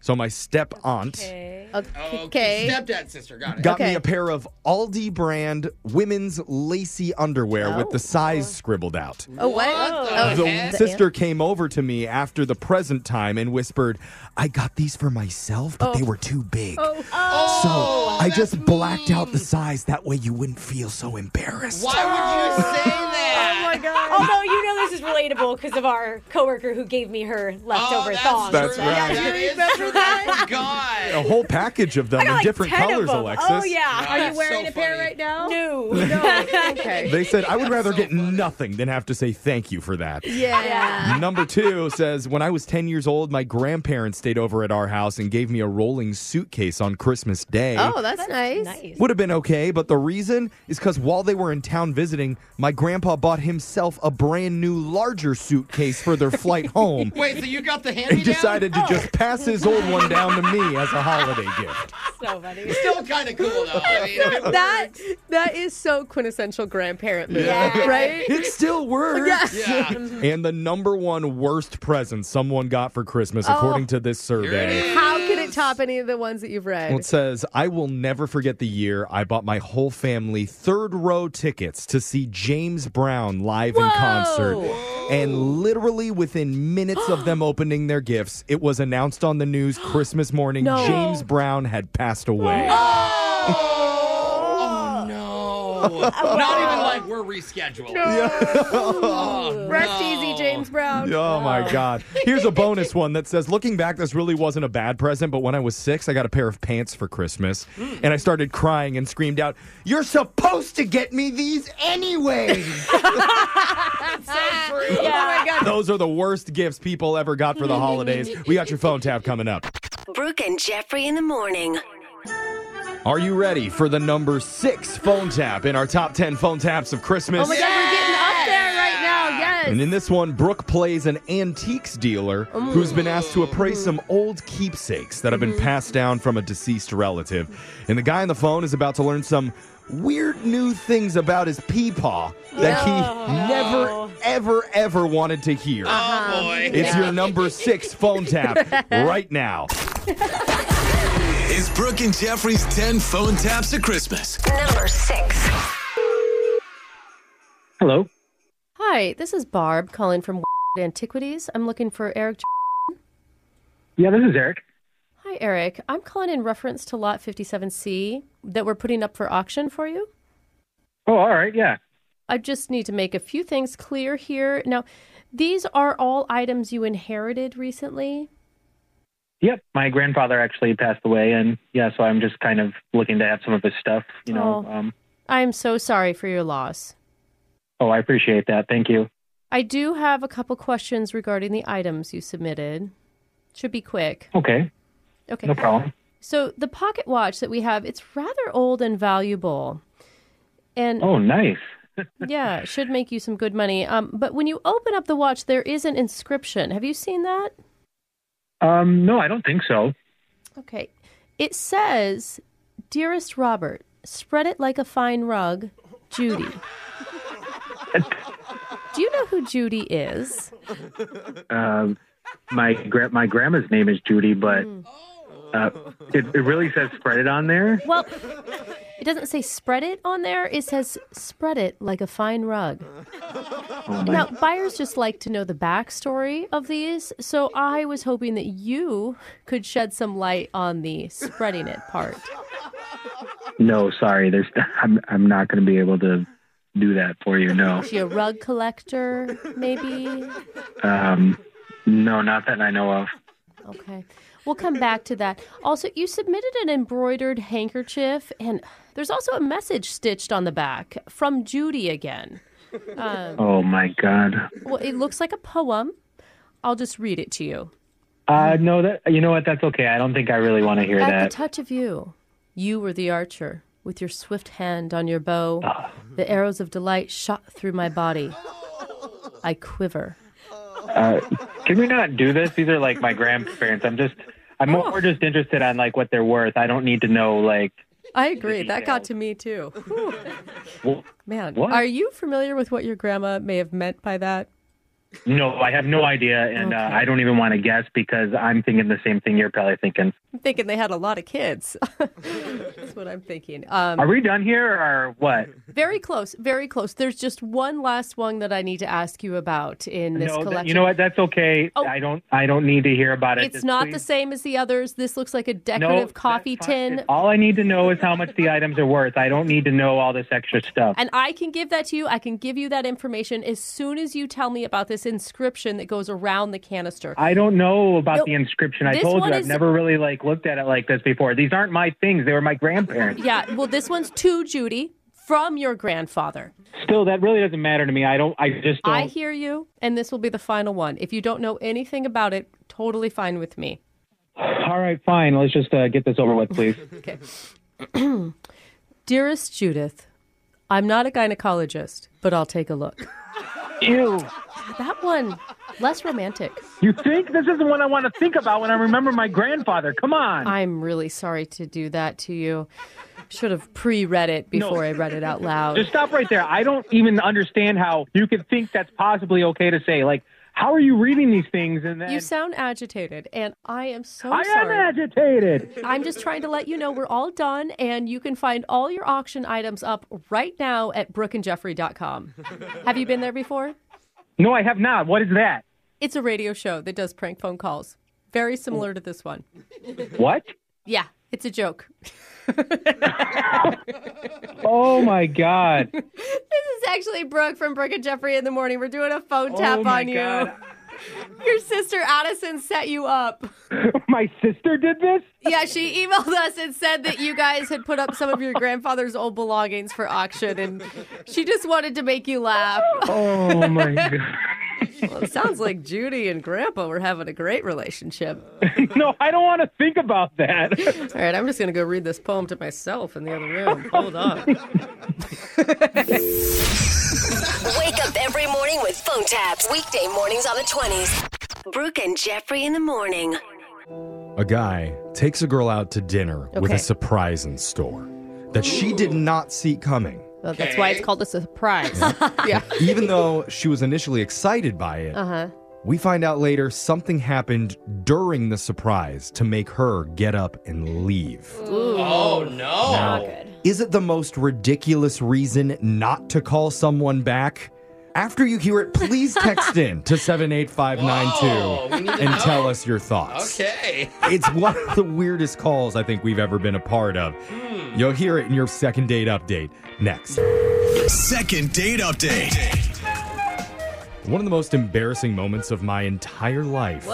D: so my step aunt.
I: Okay.
E: Oh, Stepdad sister, got it.
D: got
I: Okay.
D: me a pair of Aldi brand women's lacy underwear with the size scribbled out.
I: Oh, what?
E: What
I: Oh,
D: The
E: heck?
D: sister came over to me after the present time and whispered, I got these for myself, but they
A: Oh.
D: were too big.
B: Oh,
I: Oh,
D: so I just blacked out the size. That way you wouldn't feel so embarrassed.
E: Why would you say that?
B: my god.
A: Although you know this is relatable because of our coworker who gave me her leftover thongs.
D: That's
E: Oh, true.
D: right.
E: That is true. I forgot.
D: A whole package of them in
A: Like
D: different
A: 10 of
D: colors,
A: them.
D: Alexis.
A: Oh yeah.
E: Are you wearing a pair right now?
A: No.
B: Okay.
D: They said, I would rather get nothing than have to say thank you for that.
I: yeah.
D: Number two says, When I was 10 years old, my grandparents stayed over at our house and gave me a rolling suitcase on Christmas Day.
I: Oh, that's, nice.
A: Nice.
D: Would have been okay, but the reason is because while they were in town visiting, my grandpa bought himself a brand new, larger suitcase for their flight home
E: Wait, so you got the hand
D: and decided to just pass his old one down to me as a holiday gift.
A: So funny.
E: Still kind of cool though. I mean, it
B: That that is so quintessential grandparent move, right?
D: It still works.
E: works. yeah.
D: And the number one worst present someone got for Christmas, according to this survey.
B: How could it top any of the ones that you've read?
D: Well, it says, I will never forget the year I bought my whole family third row tickets to see James Brown live in concert. And literally within minutes of them opening their gifts, it was announced on the news Christmas morning James Brown had passed away.
E: Oh no! Not even like we're rescheduling. Oh,
B: Rest
E: no.
B: easy, James Brown.
D: Oh my God. Here's a bonus one that says Looking back, this really wasn't a bad present, but when I was six, I got a pair of pants for Christmas. And I started crying and screamed out, You're supposed to get me these anyways!
B: Oh my god.
D: Those are the worst gifts people ever got for the holidays. We got your phone tab coming up.
H: Brooke and Jeffrey in the morning.
D: Are you ready for the number six phone tap in our top 10 phone taps of Christmas?
B: Oh my god, we're getting up there right now. Yes.
D: And in this one, Brooke plays an antiques dealer who's been asked to appraise some old keepsakes that have
B: Mm-hmm.
D: been passed down from a deceased relative. And the guy on the phone is about to learn some weird new things about his peepaw that he never, ever, ever wanted to hear.
B: Uh-huh.
E: Oh boy!
D: It's your number six phone tap right now.
M: It's Brooke and Jeffrey's 10 phone taps of Christmas.
H: Number six.
N: Hello.
B: Hi, this is Barb calling from Antiquities. I'm looking for Eric.
N: Yeah, this is Eric.
B: Hi, Eric. I'm calling in reference to lot 57C that we're putting up for auction for you.
N: Oh, all right. Yeah.
B: I just need to make a few things clear here. Now, these are all items you inherited recently.
N: Yep. My grandfather actually passed away, and yeah, so I'm just kind of looking to have some of his stuff. You know.
B: Oh.
N: Um,
B: I'm so sorry for your loss.
N: oh, I appreciate that. Thank you.
B: I do have a couple questions regarding the items you submitted. Should be quick.
N: Okay.
B: Okay.
N: No problem.
B: So, the pocket watch that we have, it's rather old and valuable. And
N: Oh, nice.
B: yeah, it should make you some good money. Um, but when you open up the watch, there is an inscription. Have you seen that?
N: Um, no, I don't think so.
B: Okay. It says, Dearest Robert, spread it like a fine rug, Judy. Do you know who Judy is?
N: Uh, Um, my gra- my grandma's name is Judy, but Uh, it, it really says spread it on there.
B: Well, it doesn't say spread it on there. It says spread it like a fine rug. Now, buyers just like to know the backstory of these, so I was hoping that you could shed some light on the spreading it part.
N: No, sorry. There's I'm I'm not going to be able to do that for you. No.
B: Is she a rug collector, maybe?
N: Um, no, not that I know of.
B: Okay. We'll come back to that. Also, you submitted an embroidered handkerchief, and there's also a message stitched on the back from Judy again. Um,
N: Oh my god.
B: well, it looks like a poem. I'll just read it to you.
N: Uh, no, that you know what? That's okay. I don't think I really want to hear
B: At
N: that.
B: the touch of you, you were the archer, with your swift hand on your bow.
N: Ah.
B: The arrows of delight shot through my body. I quiver.
N: Uh, can we not do this? These are like my grandparents. I'm just I'm more just interested on like what they're worth. I don't need to know like
B: I agree. That got to me too. Whew.
N: wh-
B: Man,
N: What?
B: are you familiar with what your grandma may have meant by that?
N: no, I have no idea, and uh, I don't even want to guess because I'm thinking the same thing you're probably thinking.
B: I'm thinking they had a lot of kids. That's what I'm thinking. Um,
N: are we done here or what?
B: Very close, very close. There's just one last one that I need to ask you about in this
N: no, th-
B: collection. Oh.
N: you know what? That's okay. I don't I don't need to hear about it.
B: It's
N: Just
B: not
N: please-
B: the same as the others. This looks like a decorative
N: that's
B: coffee tin.
N: All I need to know is how much the items are worth. I don't need to know all this extra stuff.
B: And I can give that to you. I can give you that information as soon as you tell me about this inscription that goes around the canister.
N: I don't know about
B: No,
N: the inscription. I
B: this
N: told
B: one
N: you I've
B: is-
N: never really like looked at it like this before. These aren't my things. They were my grandparents.
B: Yeah, well, this one's to Judy from your grandfather.
N: Still, that really doesn't matter to me. I don't. I just don't.
B: I hear you, and this will be the final one. If you don't know anything about it, totally fine with me.
N: All right, fine. Let's just uh, get this over with, please.
B: Okay. Dearest Judith, I'm not a gynecologist, but I'll take a look.
N: Ew.
B: That one, less romantic.
N: You think this is the one I want to think about when I remember my grandfather? Come on.
B: I'm really sorry to do that to you. Should have pre read it
N: No.
B: before I read it out loud.
N: Just stop right there. I don't even understand how you could think that's possibly okay to say. Like, how are you reading these things? And then
B: You sound agitated, and I am so
N: I am
B: sorry.
N: agitated.
B: I'm just trying to let you know we're all done, and you can find all your auction items up right now at brookandjeffrey.com. Have you been there before?
N: No, I have not. What is that?
B: It's a radio show that does prank phone calls, very similar to this one.
N: What?
B: Yeah, it's a joke.
N: Oh my god.
B: This is actually Brooke from Brooke and Jeffrey in the morning. We're doing a phone tap
N: my
B: on
N: God.
B: you. Your sister Addison set you up.
N: my sister did this?
B: Yeah, she emailed us and said that you guys had put up some of your grandfather's old belongings for auction, and she just wanted to make you laugh.
N: Oh my god.
B: Well, it sounds like Judy and Grandpa were having a great relationship.
N: No, I don't want to think about that.
B: All right, I'm just going to go read this poem to myself in the other room. Hold on.
H: Wake up every morning with phone taps. Weekday mornings on the 20s. Brooke and Jeffrey in the morning.
D: A guy takes a girl out to dinner with
B: Okay.
D: a surprise in store that she did not see coming.
B: Well, that's why it's called a surprise. yeah.
D: Even though she was initially excited by it,
B: Uh huh.
D: we find out later something happened during the surprise to make her get up and leave.
E: Oh no.
D: Is it the most ridiculous reason not to call someone back? After you hear it, please text in to
E: Whoa, we
D: 78592
E: need to
D: and
E: know.
D: tell us your thoughts.
E: Okay.
D: It's one of the weirdest calls I think we've ever been a part of.
E: Hmm.
D: You'll hear it in your second date update next.
M: Second date update.
D: One of the most embarrassing moments of my entire life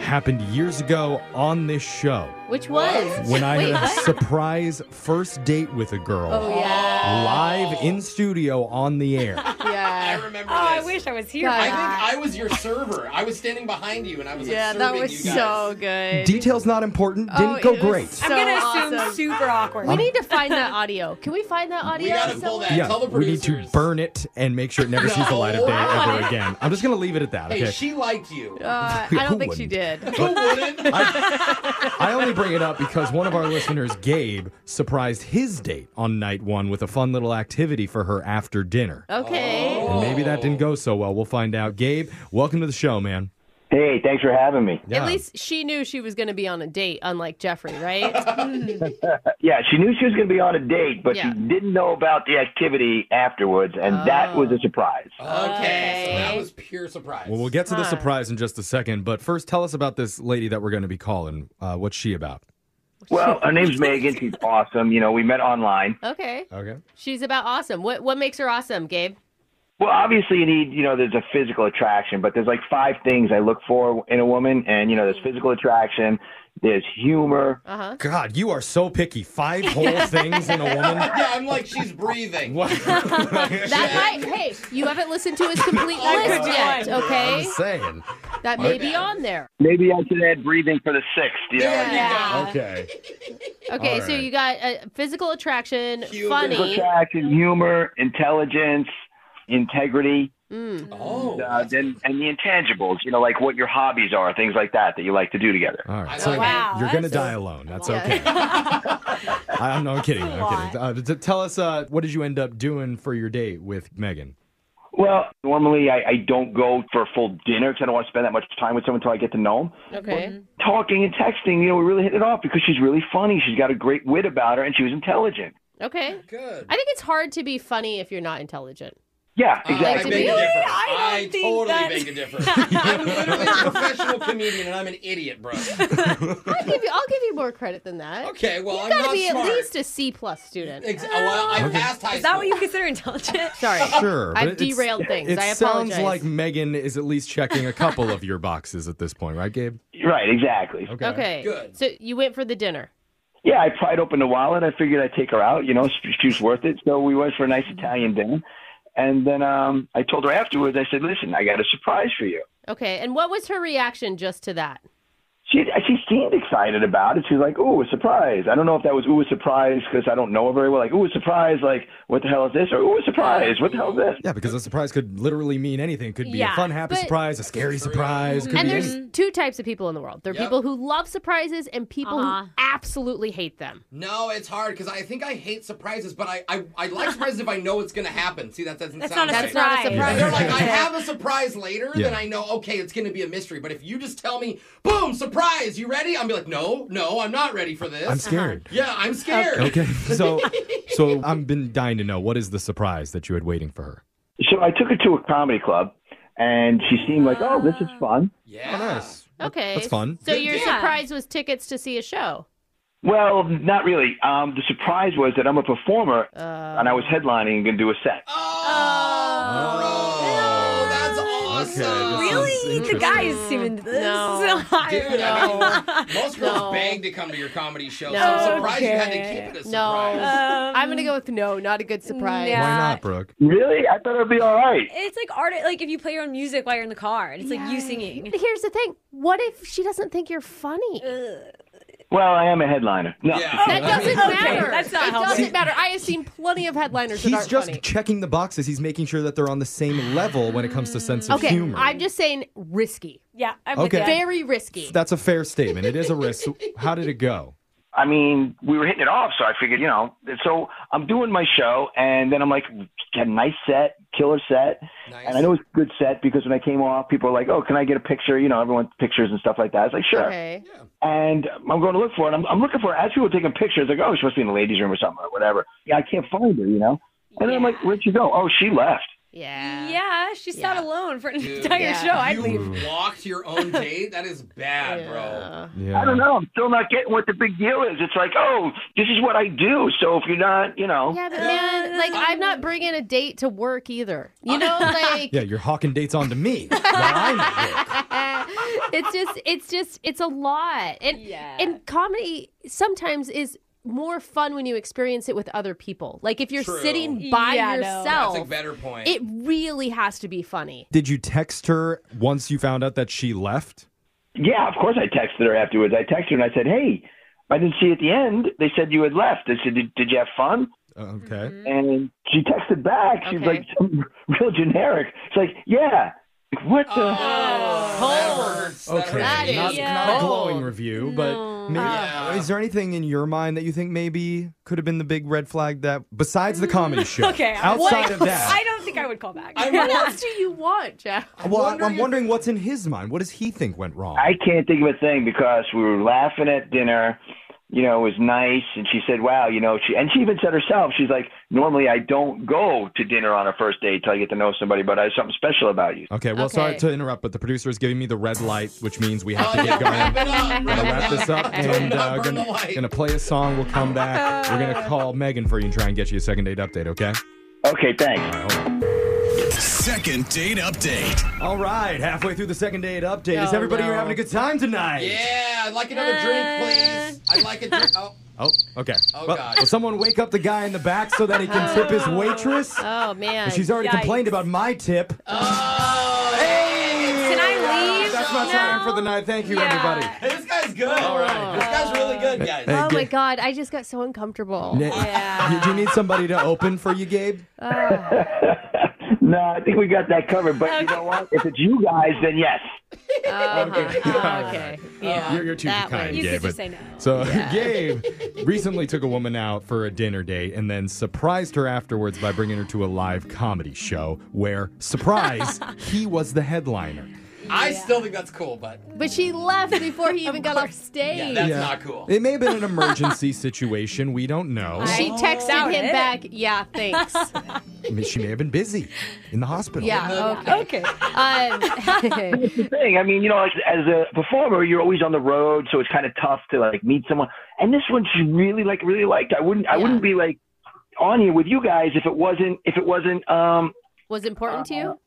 D: happened years ago on this show
I: Which was?
D: when I had a surprise first date with a girl
I: Oh, yeah.
D: live in studio on the air.
E: I
I: Yeah.
E: remember
A: Oh, I
E: this.
A: wish I was here.
E: I
A: for
E: think
A: that.
E: I was your server. I was standing behind you and I was like,
I: Yeah, that
E: serving
I: was
E: you guys.
I: so good.
D: Details not important. Didn't
I: Oh,
D: go
I: it was
D: great.
I: so
A: I'm gonna assume
I: awesome.
A: super awkward.
I: We need to find that audio. Can we find that audio?
E: We gotta pull that.
D: yeah,
E: Tell the
D: we need
E: producers.
D: to burn it and make sure it never sees the light of day
E: No.
D: ever again. I'm just gonna leave it at that.
E: Hey,
D: Okay.
E: she liked you.
I: Uh, I
D: Who
I: don't think she did.
E: Who wouldn't?
D: I only bring it up because one of our listeners, Gabe, surprised his date on night one with a fun little activity for her after dinner.
I: Okay.
E: Oh.
D: And maybe that didn't go so well. We'll find out. Gabe, welcome to the show, man.
O: Hey, thanks for having me.
B: At least she knew she was going to be on a date, unlike Jeffrey, right?
O: Uh, yeah, she knew she was going to be on a date, but
B: Yeah.
O: she didn't know about the activity afterwards, and that
B: Oh.
O: was a surprise.
E: Okay, so that was pure surprise.
D: Well, we'll get to the surprise in just a second, but first, tell us about this lady that we're going to be calling. Uh, what's she about?
O: Well, her name's Megan. She's awesome. You know, we met online.
B: okay.
D: Okay.
B: She's about awesome. What what makes her awesome, Gabe?
O: Well, obviously, you need, you know, there's a physical attraction, but there's like five things I look for in a woman, and, you know, there's physical attraction, there's humor.
B: Uh-huh.
D: God, you are so picky. Five whole things in a woman.
E: Yeah, I'm like, she's breathing.
B: That might. Hey, you haven't listened to his complete list yet. Okay,
D: saying.
B: that may be on there.
O: Maybe I should add breathing for the sixth. You know?
B: Yeah.
D: Okay.
B: Okay, so
O: Alright.
B: you got uh, physical attraction,
O: Physical
B: funny.
O: attraction, humor, intelligence, integrity.
B: Mm.
E: Oh.
O: And, uh, then, and the intangibles, you know, like what your hobbies are, things like that that you like to do together.
D: All right. So you're going to die alone. That's okay. I, am no, I'm kidding. I'm kidding. Uh, t- tell us, uh, what did you end up doing for your date with Megan?
O: Well, normally I, I don't go for a full dinner because I don't want to spend that much time with someone until I get to know them.
B: Okay.
O: Talking and texting, you know, we really hit it off because she's really funny. She's got a great wit about her, and she was intelligent.
B: Okay. Good. I think it's hard to be funny if you're not intelligent.
O: Yeah,
E: I
B: Uh.
O: exactly.
E: beg to differ. I,
B: think
E: totally
B: that-
E: beg to differ. I'm literally a professional comedian and I'm an idiot, bro.
B: I'll give you. I'll give you more credit than that.
E: Okay, well,
B: you
E: I'm
B: gotta
E: not
B: be
E: smart.
B: at least a C plus student.
E: Ex- oh, well, I Okay. passed high
A: Is that what you consider intelligent?
B: Sorry.
D: Sure. but
B: I've
D: it's-
B: derailed things.
D: It
B: I
D: sounds
B: apologize.
D: like Megan is at least checking a couple of your boxes at this point, right, Gabe?
O: Right, exactly.
D: Okay.
B: okay. So you went for the dinner.
O: Yeah, I pried open the wallet. I figured I'd take her out. You know, she, she was worth it. So we went for a
B: Mm-hmm.
O: nice Italian dinner. And then um, I told her afterwards, I said, listen, I got a surprise for you.
B: Okay. And what was her reaction just to that?
O: She, she seemed excited about it. She was like, ooh, a surprise. I don't know if that was ooh, a surprise because I don't know her very well. Like, ooh, a surprise. Like, what the hell is this? Or ooh, a surprise. What the hell is this?
D: Yeah, because a surprise could literally mean anything. It could be
B: Yeah,
D: a fun, happy
B: but-
D: surprise, a scary surprise. Could
B: and
D: be
B: there's
D: anything.
B: two types of people in the world. There are
E: Yep.
B: people who love surprises and people
E: Uh-huh.
B: who absolutely hate them.
E: No, it's hard because I think I hate surprises, but I, I, I like surprises if I know it's going to happen. See, that doesn't
B: That's
E: sound
B: not a
E: right.
B: surprise. That's not a
E: They're
B: surprise.
E: like, I have a surprise later,
B: Yeah.
E: then I know, okay, it's going to be a mystery. But if you just tell me, boom, surprise, you ready? I'm be like, no, no, I'm not ready for this.
B: Uh-huh.
D: I'm scared.
E: Yeah, I'm scared.
D: Okay. So, so I've been dying to know what is the surprise that you had waiting for her?
O: So I took her to a comedy club. And she seemed like, oh, this is fun.
E: Yeah.
D: Oh, nice.
B: Okay.
O: that's fun.
B: So your
O: Yeah.
B: surprise was tickets to see a show.
O: Well, not really. Um, the surprise was that I'm a performer and I was headlining and going to do a set.
E: Oh, that's awesome.
A: really? The guys seem this is so high.
E: Dude, I mean, most girls beg to come to your comedy show, so I'm surprised you had to
B: Okay.
E: keep it a
B: No.
E: surprise.
A: Um,
B: I'm going to go with no, not a good surprise.
A: Why
D: not, Brooke?
O: Really? I thought it would be all right.
A: It's like art. Like if you play your own music while you're in the car, and it's like you singing.
B: Here's the thing. What if she doesn't think you're funny?
O: Well, I am a headliner. No.
B: That doesn't matter.
A: that's not
B: it
A: helpful.
B: doesn't matter. I have seen plenty of headliners that
D: He's
B: aren't
D: just
B: funny.
D: checking the boxes. He's making sure that they're on the same level when it comes to sense of
B: okay,
D: humor.
B: I'm just saying risky.
A: Yeah,
B: I'm
D: with Okay. ya.
B: very risky.
D: That's a fair statement. It is a risk. So How did it go?
O: I mean, we were hitting it off, so I figured, you know. So I'm doing my show, and then I'm like, had a nice set, killer set. And I know it's a good set because when I came off, people were like, oh, can I get a picture? You know, everyone pictures and stuff like that. I was like, sure.
B: Okay.
O: And I'm going to look for it. I'm, I'm looking for it. As people were taking pictures, like, oh, she must be in the ladies' room or something or whatever. Yeah, I can't find her, you know. And then I'm like, where'd she go? Oh, she left.
B: Yeah.
A: Yeah, she sat alone for an
E: Dude,
A: entire
E: yeah.
A: show. I'd
E: you
A: leave.
E: blocked your own date? That is bad, bro.
O: I don't know. I'm still not getting what the big deal is. It's like, oh, this is what I do. So if you're not, you know.
B: Yeah, but man, like I'm not bringing a date to work either. You know, like
D: Yeah, you're hawking dates onto me.
B: it's just, it's just, it's a lot, and and comedy sometimes is more fun when you experience it with other people. Like if you're
E: True.
B: sitting by
E: Yeah, no.
B: yourself,
E: That's a better point.
B: It really has to be funny.
D: Did you text her once you found out that she left?
O: Yeah, of course I texted her afterwards. I texted her and I said, "Hey, I didn't see you at the end. They said you had left. I said, did, did you have fun?"
D: Okay.
O: And she texted back. She's like, "Some "Real generic." It's like, "Yeah." Like, What the?
D: Oh. Okay.
O: That is
D: not, not a
O: cold.
D: glowing review, but maybe, is there anything in your mind that you think maybe could have been the big red flag that besides the comedy show?
A: Okay,
D: Outside of that.
A: I don't think I would call back.
B: what else do you want, Jack?
D: Well, I'm, I'm wondering what's in his mind. What does he think went wrong?
O: I can't think of a thing because we were laughing at dinner. You know, it was nice, and she said, "Wow, you know," she and she even said herself, "She's like, normally I don't go to dinner on a first date till I get to know somebody, but I have something special about you."
D: Okay, well, sorry to interrupt, but the producer is giving me the red light, which means we have to get going.
E: Wrap it up.
D: We're gonna wrap this up and uh,
E: burn
D: gonna,
E: the light.
D: gonna play a song. We'll come back. We're gonna call Megan for you and try and get you a second date update. Okay.
O: Okay. Thanks.
M: Second date update.
D: All right, halfway through the second date update. Is
E: Oh,
D: everybody here
E: no.
D: having a good time tonight?
E: Yeah, I'd like another
B: Uh.
E: drink, please. I'd like a drink. Oh,
D: Oh, okay.
E: Oh,
D: well,
E: God.
D: Will someone wake up the guy in the back so that he can tip his waitress?
B: Oh man,
D: She's already complained about my tip.
E: Oh, Can
A: I leave?
D: That's my time for the night. Thank you, everybody.
E: Hey, this guy's good. All right. This guy's really good, guys.
D: Hey,
B: oh
D: Gabe.
B: my god, I just got so uncomfortable. Uh,
D: Nick, you- do you need somebody to open for you, Gabe?
O: No, I think we got that covered. But you know what? If it's you guys, then yes.
B: uh,
D: okay. You're, you're too kind,
A: You
D: Gabe.
A: could
D: but-
A: just say no.
D: So Gabe recently took a woman out for a dinner date and then surprised her afterwards by bringing her to a live comedy show where, surprise, he was the headliner.
E: I still think that's cool, but
B: But she left before he even got off stage.
E: yeah, that's not cool.
D: It may have been an emergency situation. We don't know.
E: Oh.
B: She texted
A: Doubt
B: him
A: it.
B: back, yeah, thanks.
D: I mean, she may have been busy in the hospital.
B: yeah, okay. okay. Um,
O: That's the thing. I mean, you know, like, as a performer, you're always on the road, so it's kind of tough to like meet someone. And this one, she really like really liked. I wouldn't I wouldn't be like on here with you guys if it wasn't if it wasn't um
B: was important to you?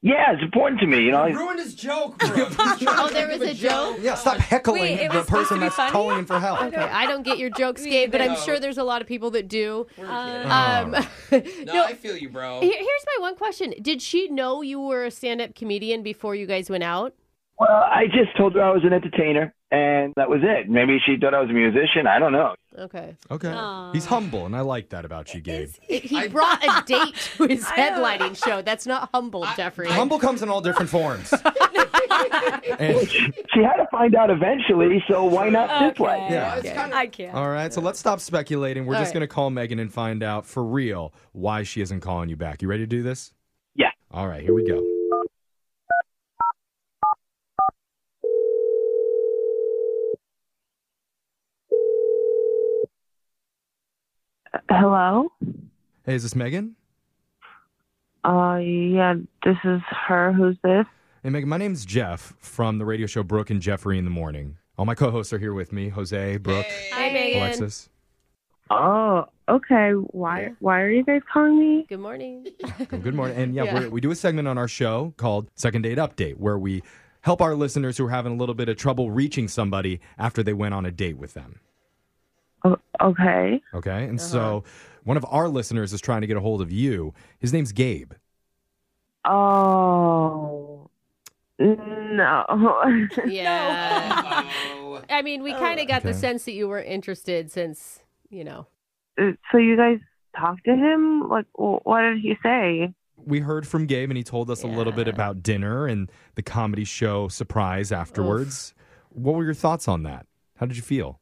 O: yeah, it's important to me. You know,
E: You ruined his joke, bro.
B: Oh, there was a joke?
D: Yeah, stop heckling
A: Wait, it
D: the
A: was supposed to
D: person
A: be
D: that's
A: funny?
D: calling in for help.
B: Okay, I don't get your jokes, Gabe, but I'm
E: No.
B: sure there's a lot of people that do.
D: All
B: Um,
D: right.
E: no, I feel you, bro.
B: Here- Here's my one question. Did she know you were a stand up comedian before you guys went out?
O: well, I just told her I was an entertainer, and that was it. Maybe she thought I was a musician. I don't know.
B: Okay.
D: Okay. He's humble, and I like that about you, Gabe.
B: He brought a date to his headlining show. That's not humble, Jeffrey.
D: humble comes in all different forms. And-
O: She had to find out eventually, so why not this way?
D: yeah.
E: It's kind
A: I can't.
D: All right, so let's stop speculating. We're
B: All
D: just
B: right.
D: going to call Megan and find out for real why she isn't calling you back. You ready to do this?
O: Yeah.
D: All right, here we go.
P: Hello?
D: Hey, is this Megan?
P: Uh, yeah, this is her. Who's this?
D: Hey, Megan, my name's Jeff from the radio show Brooke and Jeffrey in the Morning. All my co hosts are here with me Jose, Brooke,
B: Hi, Megan.
D: Alexis.
P: Oh, okay. Why why are you guys calling me?
B: Good morning.
D: Good good morning. And yeah,
B: Yeah.
D: We're, we do a segment on our show called Second Date Update where we help our listeners who are having a little bit of trouble reaching somebody after they went on a date with them.
P: O- Oh, okay.
D: Okay. And
B: Uh-huh.
D: so one of our listeners is trying to get a hold of you. His name's Gabe.
P: Oh. No.
B: Yeah.
E: oh,
B: I mean, we kind of got the
D: Okay.
B: sense that you were interested since, you know.
P: so you guys talked to him? Like wh- what did he say?
D: We heard from Gabe and he told us a little bit about dinner and the comedy show surprise afterwards. What were your thoughts on that? How did you feel?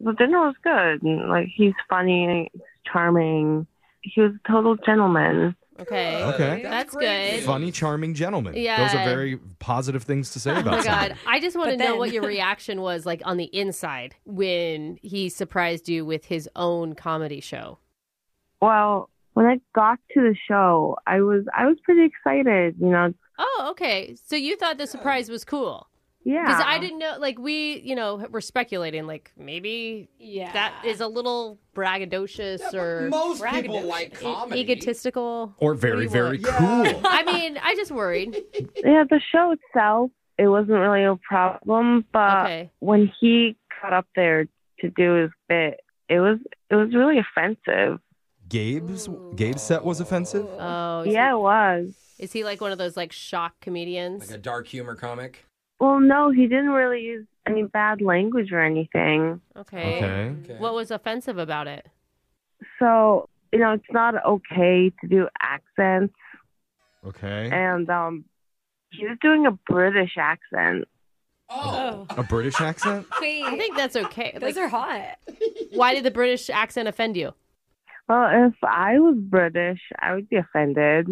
P: The dinner was good. Like he's funny, he's charming. He was a total gentleman.
B: Okay.
D: Okay.
B: That's, good.
D: Funny, charming gentleman. Those
B: Yeah.
D: are very positive things to say
B: Oh
D: about
B: my god.
D: somebody.
B: I just want to
A: But
B: know
A: then-
B: what your reaction was like on the inside when he surprised you with his own comedy show.
P: Well, when I got to the show, I was I was pretty excited, you know.
B: Oh, okay. So you thought the surprise was cool.
P: Yeah.
B: Because I didn't know like we, you know, we're speculating like maybe
A: Yeah.
B: that is a little braggadocious or
E: most people
A: Braggadocious.
E: like
B: e-
E: comedy.
B: egotistical.
D: Or very,
B: What do you
D: very
B: want?
D: cool.
B: I mean, I just worried.
P: Yeah, the show itself, it wasn't really a problem, but
B: Okay.
P: when he got up there to do his bit, it was it was really offensive.
D: Gabe's Gabe's set was offensive.
B: Oh, is
P: yeah,
B: He,
P: it was.
B: is he like one of those like shock comedians?
E: Like a dark humor comic.
P: Well, no, he didn't really use any bad language or anything.
B: okay.
D: Okay.
E: Okay.
B: What was offensive about it?
P: So, you know, it's not okay to do accents
D: Okay.
P: and um he was doing a British accent.
E: Oh.
D: A British accent?
A: Wait,
B: I think that's okay.
A: those
B: Like,
A: are hot.
B: why did the British accent offend you?
P: Well, if I was British, I would be offended.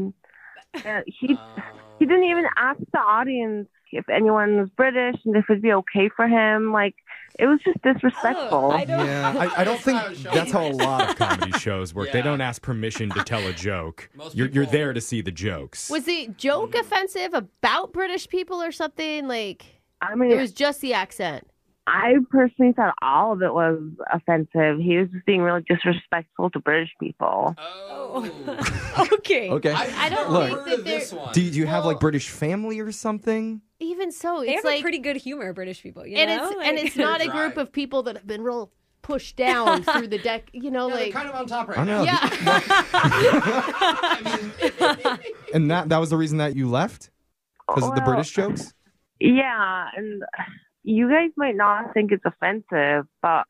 P: Uh, he
D: Oh.
P: he didn't even ask the audience if anyone was British and if it'd be okay for him. Like it was just disrespectful.
D: yeah, Oh, I, I don't think that's how a lot of comedy shows work. They don't ask permission to tell a joke. You're, you're there to see the jokes.
B: Was the joke
P: Mm-hmm.
B: offensive about British people or something? Like,
P: I mean,
B: it was just the accent.
P: I personally thought all of it was offensive. He was just being really disrespectful to British people.
D: Oh.
I: okay.
D: Okay.
B: I don't
D: Look,
B: think that they're
D: Do you have like British family or something?
B: even so.
A: They
B: it's
A: have a
B: like
A: pretty good humor, British people. You
B: and
A: know?
B: it's
A: Like-
B: and it's not a group of people that have been real pushed down through the deck. You know, like kind
E: of on top
D: I know.
B: Yeah,
D: And that that was the reason that you left because of the
P: Well-
D: British jokes.
P: Yeah, and you guys might not think it's offensive, but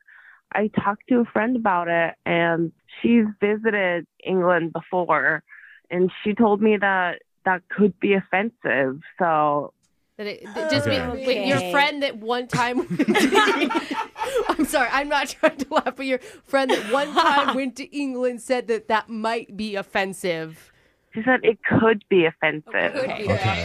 P: I talked to a friend about it, and she's visited England before, and she told me that that could be offensive. So
B: That it, that just
P: Okay.
B: be, wait, your
P: Okay.
B: friend that one time. I'm sorry, I'm not trying to laugh, but your friend that one time went to England said that that might be offensive.
P: she said it could be offensive.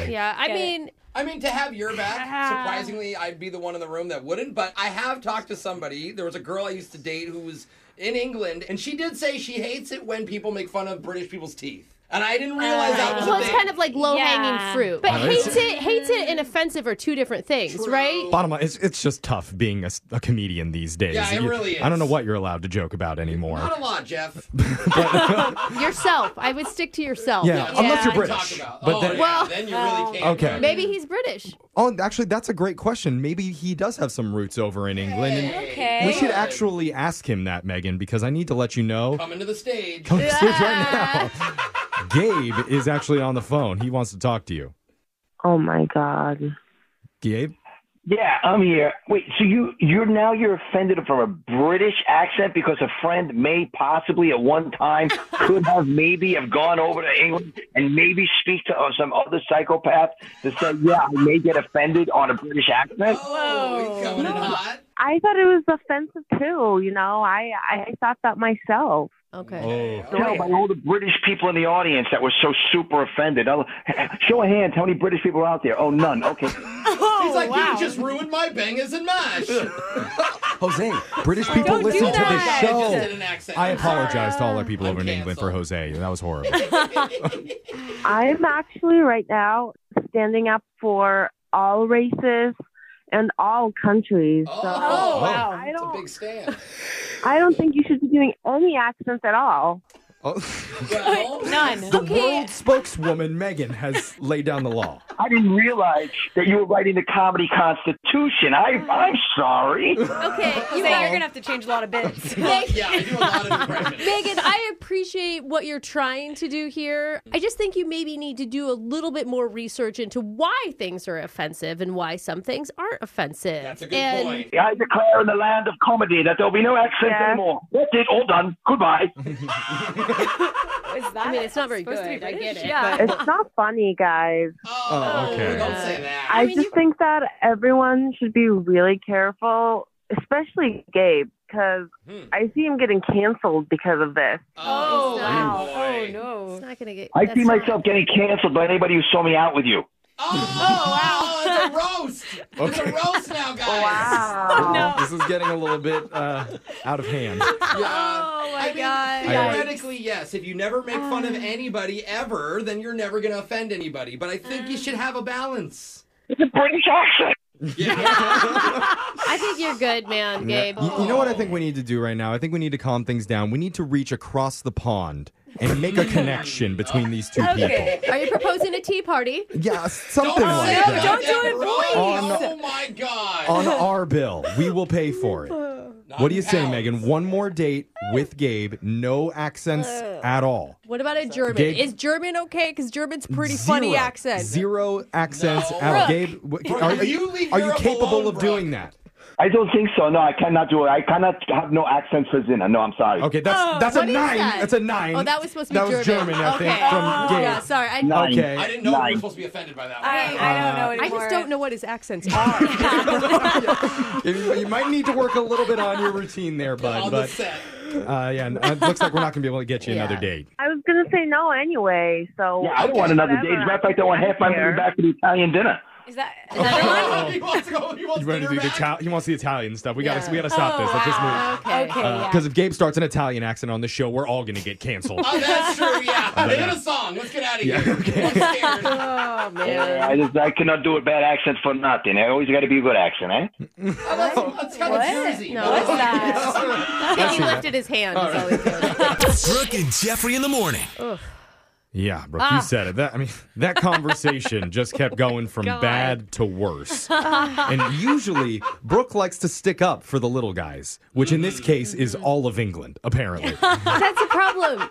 B: Yeah, I mean,
E: I mean, to have your back, surprisingly, I'd be the one in the room that wouldn't, but I have talked to somebody. There was a girl I used to date who was in England, and she did say she hates it when people make fun of British people's teeth. And I didn't realize that was
B: Uh, well,
E: a
B: it's
E: thing.
B: kind of like low hanging
E: Yeah.
B: fruit. But
D: Oh,
B: hates
D: it's-
B: it, hates it, and offensive are two different things, right?
D: Bottom line, it's, it's just tough being a, s- a comedian these days.
E: Yeah, it
D: You-
E: really
D: I don't
E: is.
D: know what you're allowed to joke about anymore.
E: Not a lot, Jeff.
B: yourself. I would stick to yourself.
D: Yeah, unless you're British. But then-
B: well,
E: Oh, then you really
D: can't. Okay.
B: Maybe he's British.
D: Oh, actually, that's a great question. Maybe he does have some roots over in England. and
B: Okay.
D: We should actually ask him that, Megan, because I need to let you know.
E: Coming to the stage.
D: Coming to the stage right now. Gabe is actually on the phone. He wants to talk to you.
P: Oh my God.
D: Gabe?
O: Yeah, I'm here. Wait, so you you're now you're offended from a British accent because a friend may possibly at one time could have maybe have gone over to England and maybe speak to uh, some other psychopath to say, yeah, I may get offended on a British accent.
P: Oh. I thought it was offensive too. You know, I I thought that myself.
O: Oh,
B: Okay.
D: Oh.
O: Tell by all the British people in the audience that were so super offended. I'll- show of hands, how many British people are out there? Oh, none. Okay.
B: Oh,
E: He's like, you just ruined my bangers and mash.
D: Jose, British people
E: do
D: listen to the
E: that.
D: show.
E: I just did an accent.
D: I
E: I'm sorry.
D: apologize to all our people over in England for Jose. That was horrible.
P: I'm actually right now standing up for all races and all countries. So
E: Oh,
B: Oh.
P: I
E: It's a
P: don't
E: big stand.
P: I don't think you should be doing any accents at all.
B: None.
D: Oh. The world spokeswoman, Megan, has laid down the law.
O: I didn't realize that you were writing the comedy constitution. I, I'm sorry.
A: okay, you are gonna have to change a lot of bits.
E: yeah, I do a lot of impressions.
B: Megan, I appreciate what you're trying to do here. I just think you maybe need to do a little bit more research into why things are offensive and why some things aren't offensive. That's a good and
O: I declare in the land of comedy that there'll be no accent
B: Yeah.
O: anymore. That's it. All done. Goodbye.
B: I mean, it's not very good. I get it. but-
P: It's not funny, guys.
D: Oh, okay.
E: Don't say that.
P: I, just think that everyone should be really careful, especially Gabe, because I see him getting canceled because of this.
E: Hmm. Oh,
B: wow.
E: Oh,
B: no. It's not going to get.
O: I
B: that's
O: see
B: not-
O: myself getting canceled by anybody who saw me out with you.
E: Oh, it's a roast. It's a roast now, guys.
D: Well, This is getting a little bit uh, out of hand.
E: Oh my
B: God.
E: Theoretically, yes. If you never make fun
B: Oh.
E: of anybody ever, then you're never going to offend anybody. But I think
B: Oh.
E: you should have a balance.
O: It's a British accent.
B: I think you're good, man, Gabe.
D: You, you know what I think we need to do right now? I think we need to calm things down. We need to reach across the pond and make a connection between these two
B: Okay.
D: people.
B: Are you proposing a tea party?
D: Yeah, something like
B: no,
D: that.
B: don't do it,
E: please.
D: On-
E: Oh my God.
D: On our bill, we will pay for it. What do you say, Megan? One more date with Gabe, no accents at all.
B: What about a German?
D: Gabe-
B: Is German okay? Because German's pretty funny
D: Zero.
B: accent.
D: Zero accents
B: No.
D: at all.
B: Brooke.
D: Gabe, wh-
B: Brooke,
D: are, are
B: you
D: you,
B: leave
D: are you
B: Europe
D: capable
B: alone,
D: of doing that?
O: I don't think so. No, I cannot do it. I cannot have no accent for Zina. No, I'm sorry.
D: Okay, that's
B: Oh,
D: that's a
B: what is
D: nine.
B: that?
D: That's a nine.
B: Oh, that was supposed to be
D: That was
B: German.
D: German, I think,
B: Okay.
D: from
B: Oh,
D: Gabe.
B: yeah, sorry, I- Nine.
D: Okay. Uh,
E: I didn't know we were supposed to be offended by that.
B: I,
D: don't know
B: I just
D: anymore.
B: don't know what his accents are.
D: you, you might need to work a little bit on your routine there, bud.
P: the
D: but Uh, yeah, n- it looks like we're not going to be able to get you another date.
P: I was gonna say no anyway, so
D: Yeah, I don't want
O: another
P: whatever.
O: date. Matter of fact, I want half my money back for the Italian dinner.
A: Is that is
B: Oh.
E: that he wants to go. He wants
D: You wanna
E: dinner
D: do the
E: back.
D: Ital- he wants the Italian stuff. We got
E: Yeah.
D: to we got to stop
E: Oh,
D: this. Let's just move.
E: Okay. Okay, yeah.
D: Because if Gabe starts an Italian accent on the show, we're all going to get canceled.
E: Oh, that's true. Yeah.
D: But,
E: Hit
D: uh,
E: a song. Let's get out of
D: yeah,
E: here. I'm scared.
B: oh
O: Yeah, I just I cannot do a bad accent for nothing. I always got to be a good accent, eh?
E: That's kind of Jersey.
B: No, it's not.
D: I
B: he
D: see
B: lifted his hand.
D: All
B: is all
D: right.
B: he did.
Q: Brooke and Jeffrey in the morning.
B: Ugh.
D: yeah, Brooke,
B: Ah.
D: you said it. That I mean, that conversation just kept going from
B: God.
D: bad to worse. and usually Brooke likes to stick up for the little guys, which in this
B: Mm.
D: case is all of England, apparently.
B: That's the problem.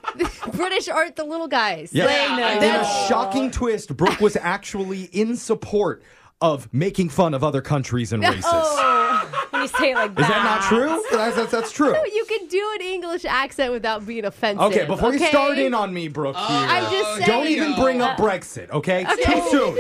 B: British aren't the little guys.
D: Yeah.
B: They know.
D: In a shocking twist, Brooke was actually in support of making fun of other countries and races.
B: Oh,
A: when you say it like
D: Is that not true? That's, that's, that's true.
B: No, you can do an English accent without being offensive.
D: Okay, before you start
B: okay?
D: in on me, Brooke, here,
B: I'm just
D: don't
B: saying-
D: even bring up Brexit, okay? It's too soon.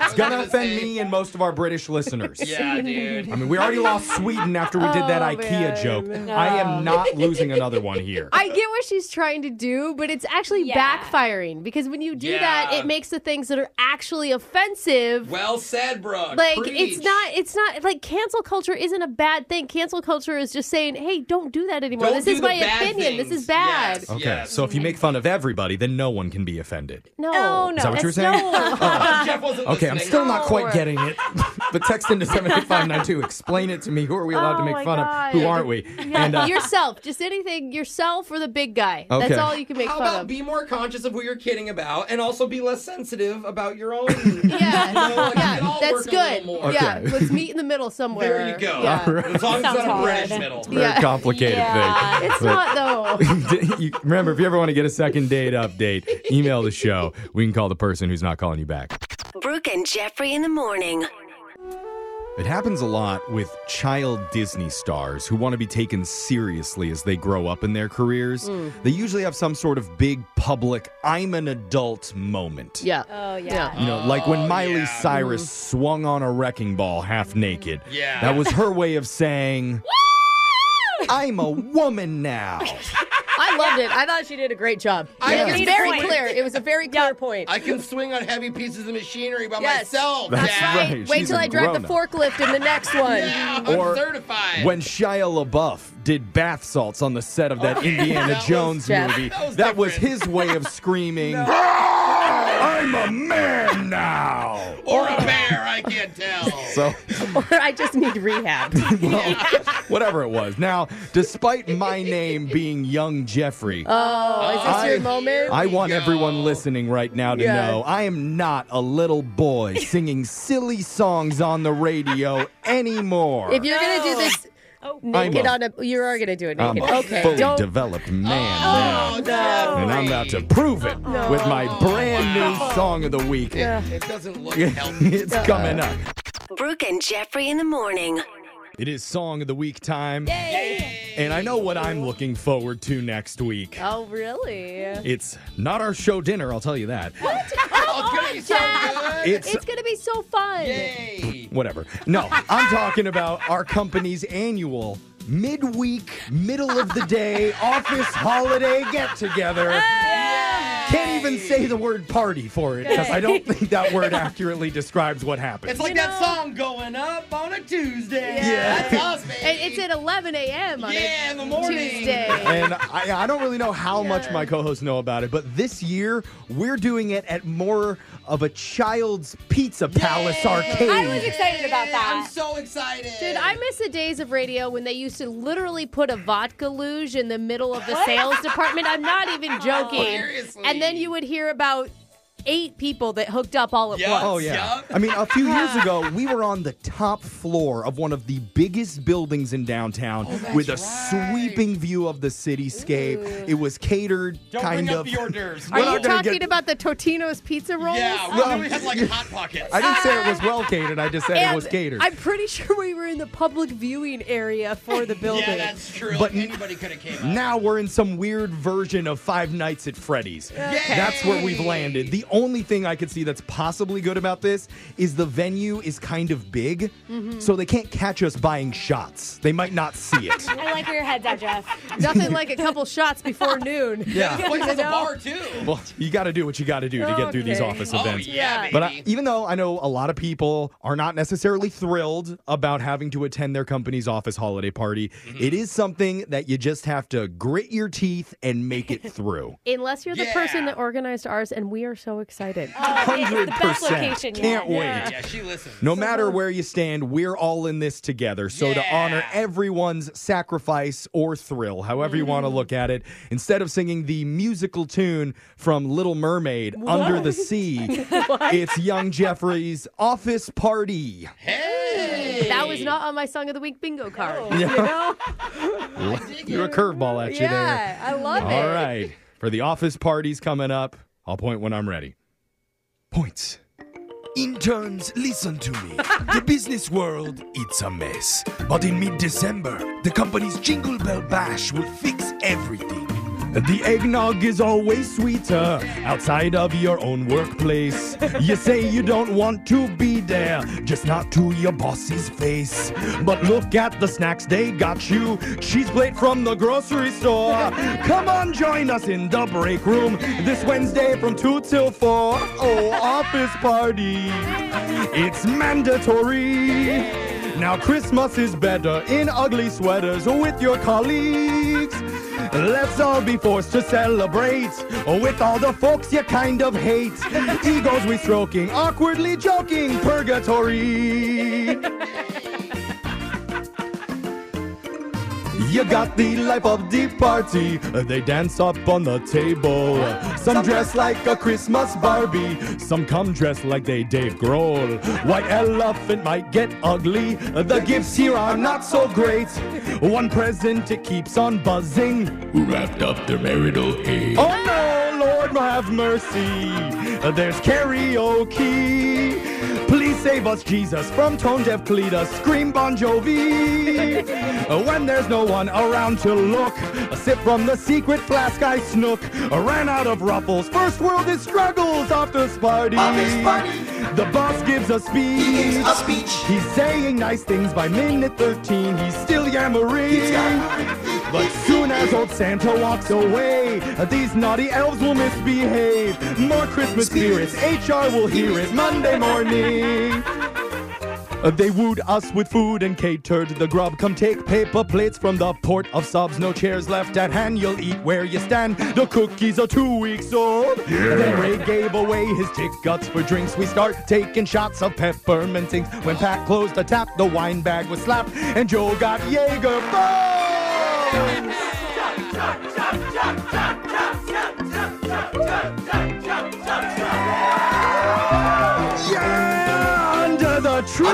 D: It's gonna offend me and most of our British listeners.
E: Yeah, dude.
D: I mean, we already lost Sweden after we did that
B: Oh,
D: IKEA
B: man.
D: joke.
B: No.
D: I am not losing another one here.
B: I get what she's trying to do, but it's actually backfiring because when you do that,
E: Yeah.
B: it makes the things that are actually offensive.
E: Well said, Brooke.
B: like
E: Preach.
B: it's not it's not like cancel culture isn't a bad thing. Cancel culture is just saying, "Hey, don't do that anymore.
E: Don't
B: this
E: do
B: is
E: the
B: my
E: bad
B: opinion. This
E: things."
B: is bad."
D: Okay, so if you make fun of everybody, then no one can be offended. No, Is that what you were
B: Oh, that's-
D: saying? Oh,
B: no.
E: Jeff wasn't
D: Okay, I'm
E: listening.
D: still not quite getting it. But text into 78592. Explain it to me. Who are we allowed to
B: Oh
D: make
B: my
D: fun
B: God.
D: of? Who aren't we?
B: Yeah,
D: uh,
B: yourself, just anything, yourself or the big guy.
D: Okay.
B: That's all you can make
E: How
B: fun
E: about
B: of.
E: be more conscious of who you're kidding about, and also be less sensitive about your own. yeah,
B: yeah, that's good.
E: more.
B: Yeah,
D: Okay.
B: let's meet in the middle somewhere.
E: There you go.
D: Yeah. All right.
E: As long as it's
B: Sounds
E: not a
B: hard.
E: British middle.
D: Very
B: Yeah.
D: complicated
B: Yeah.
D: thing.
B: It's not though.
D: you, remember, if you ever want to get a second date update, email the show. We can call the person who's not calling you back.
H: Brooke and Jeffrey in the morning.
D: It happens a lot with child Disney stars who want to be taken seriously as they grow up in their careers.
H: Mm.
D: They usually have some sort of big public, I'm an adult moment.
B: Yeah. Oh yeah.
D: You know, like when Miley Cyrus swung on a wrecking ball half naked.
E: Yeah.
D: That was her way of saying, I'm a woman now.
B: I loved it. I thought she did a great job.
E: I
B: it
E: can
B: was
E: see the
B: very
E: point.
B: clear. It was a very clear point.
E: I can swing on heavy pieces of machinery by
B: Yes.
E: myself.
D: That's
E: Dad.
D: right.
B: Wait
D: She's
B: till
D: a
B: I drive the
D: grown-up.
B: forklift in the next one.
E: Yeah, I'm
D: Or
E: certified.
D: When Shia LaBeouf did bath salts on the set of that
E: Okay,
D: Indiana
E: Oh, that was-
D: Jones
E: Jeff.
D: movie,
E: That was
D: that was his way of screaming, "Ah, I'm a man now.
E: Or a bear, I can't tell.
D: So,
B: or I just need rehab.
D: whatever it was. Now, despite my name being Young Jeffrey,
B: Oh, is this your
D: I-
B: moment?
D: I want everyone listening right now to
B: Yeah.
D: know I am not a little boy singing silly songs on the radio anymore.
B: If you're gonna do this
E: Oh.
B: naked
D: I'm
B: on a, you are gonna do it
D: I'm
B: naked.
D: a
B: okay,
D: fully
B: don't.
D: developed man
B: Oh,
D: now.
B: no.
D: And I'm about to prove it with my brand
H: Wow.
D: new song of the week.
H: Yeah.
E: It doesn't look
D: it's coming up.
H: Brooke and Jeffrey in the morning.
D: It is song of the week time. And I know what I'm looking forward to next week.
B: Oh, really?
D: It's not our show dinner, I'll tell you that.
B: What?
E: Oh, gonna be so
B: Jeff!
D: good. It's-
B: It's gonna be so fun.
D: Whatever. No, I'm talking about our company's annual midweek, middle of the day office holiday get together. Can't even say the word party for it because I don't think that word accurately describes what happens.
E: It's like that song going up on a Tuesday.
D: Yeah.
E: That's us, baby.
B: And it's at 11 a.m. on
E: Yeah,
B: a
E: in the morning.
B: Tuesday.
D: and I, I don't really know how much my co-hosts know about it, but this year we're doing it at more of a child's pizza palace arcade.
A: I was excited about that.
E: I'm so excited.
B: Dude, I miss the days of radio when they used to literally put a vodka luge in the middle of the
A: What?
B: sales department. I'm not even joking.
A: Seriously.
B: And then you would hear about
I: eight people that hooked up all at once.
D: Oh yeah. I mean, a few years ago, we were on the top floor of one of the biggest buildings in downtown
E: Oh,
D: with a sweeping view of the cityscape. It was catered
E: Don't
D: kind
E: bring
D: of
E: up the hors d'oeuvres.
D: We're
B: Are you
D: not gonna
B: talking
D: get-
B: about the Totino's pizza rolls?
E: Yeah, we well, had like hot pockets.
D: I didn't say it was well catered. I just said it was catered.
I: I'm pretty sure we were in the public viewing area for the building.
E: yeah, that's true.
D: But-
E: But anybody could have came.
D: Now we're in some weird version of Five Nights at Freddy's. That's where we've landed. The only thing I could see that's possibly good about this is the venue is kind of big,
I: Mm-hmm.
A: Mhm.
D: so they can't catch us buying shots. They might not see it.
A: I like where your head's at, Jeff.
I: Nothing like a couple shots before noon.
D: Yeah.
A: Well,
E: it's at the bar,
I: too.
D: Well, you got to do what you got to do to get through these
I: Okay.
D: office
I: Oh,
D: events.
I: yeah,
D: but I, even though I know a lot of people are not necessarily thrilled about having to attend their company's office holiday party,
I: Mm-hmm.
D: it is something that you just have to grit your teeth and make it through.
B: Unless you're the person that organized ours, and we are so excited.
D: Hundred percent. Can't wait.
E: Yeah, she listens.
D: No matter where you stand, we're all in this together. So to honor everyone's sacrifice or thrill, however you
B: Mm-hmm.
D: want to look at it, instead of singing the musical tune from Little Mermaid, Under the
E: What?
D: Sea,
B: What?
D: it's Young Jeffrey's office party.
B: That was not on my Song of the Week bingo card.
D: Yeah.
B: You know?
D: You're a curveball at you
B: Yeah, I
D: there.
B: love
D: All
B: it.
D: right. For the office parties coming up, I'll point when I'm ready. Points.
R: Interns, listen to me. the business world, it's a mess. But in mid December, the company's Jingle Bell Bash will fix everything.
D: The eggnog is always sweeter outside of your own workplace. You say you don't want to be there, just not to your boss's face. But look at the snacks they got you cheese plate from the grocery store. Come on, join us in the break room this Wednesday from 2 till 4. Oh, office party. It's mandatory. Now Christmas is better in ugly sweaters with your colleagues. Let's all be forced to celebrate with all the folks you kind of hate. Egos we stroking, awkwardly joking, purgatory. You got the life of the party. They dance up on the table. Some dress like a Christmas Barbie. Some come dressed like they Dave Grohl. White elephant might get ugly. The gifts here are not so great. One present it keeps on buzzing.
R: Who wrapped up their marital aid?
D: Oh no, Lord have mercy. There's karaoke. Please save us, Jesus, from tone deaf Cletus. Scream Bon Jovi. when there's no one around to look, a sip from the secret flask I snook. Ran out of ruffles. First world is struggles. After party.
R: Office party.
D: The boss gives a speech. He
R: gives a speech.
D: He's saying nice things by minute 13. He's still yammering. But soon as old Santa walks away, these naughty elves will misbehave. More Christmas spirits, HR will hear it Monday morning. Uh, They wooed us with food and catered the grub. Come take paper plates from the port of subs. No chairs left at hand. You'll eat where you stand. The cookies are two weeks old.
R: Yeah.
D: Then Ray gave away his tickets for drinks. We start taking shots of peppermint things. When Pat closed the tap, the wine bag was slapped, and Joe got Jaeger. Yeah, under the tree.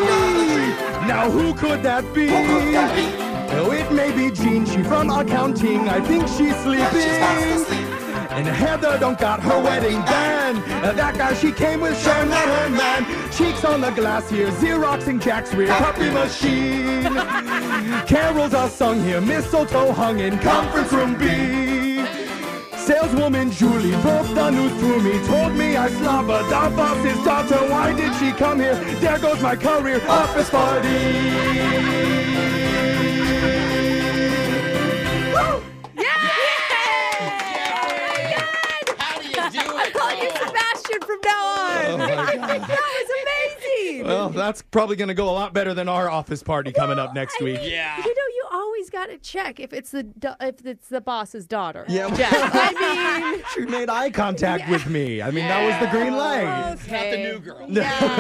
D: Now who could that be? Oh, it may be Jean. She from accounting. I think she's sleeping. And Heather don't got her wedding band. Uh, That guy she came with, Sean her man. Cheeks on the glass here, Xeroxing Jack's rear puppy machine. Carols are sung here, mistletoe hung in conference room B. Saleswoman Julie broke the news to me, told me I slobbered the boss's daughter. Why did she come here? There goes my career, office party.
E: How do you do it?
I: I'm calling you Sebastian from now on.
D: Oh, my
I: I think that was amazing.
D: Well, that's probably going to go a lot better than our office party coming up next week.
I: You know, you always always got to check if it's the da- if it's the boss's daughter.
D: Yeah.
I: Jack. I mean,
D: she made eye contact with me. I mean, that was the green light.
I: okay.
E: New girl.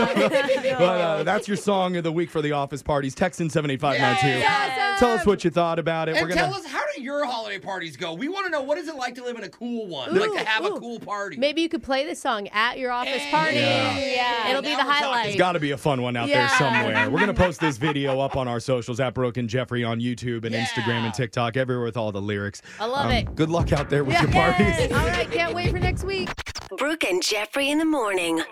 D: but uh, that's your song of the week for the office parties. Text in 78592. Tell us what you thought about it.
E: And tell us, how do your holiday parties go? We want to know what is it like to live in a cool one, like to have a cool party.
I: Maybe you could play this song at your office party.
D: Yeah.
I: It'll be the highlight.
D: It's got to be a fun one out
I: Yeah.
D: there somewhere. We're going to post this video up on our socials at Brooke and Jeffrey on YouTube and Instagram and TikTok, everywhere with all the lyrics. Um,
I: I love it.
D: Good luck out there with your parties.
I: All right, can't wait for next week.
H: Brooke and Jeffrey in the morning.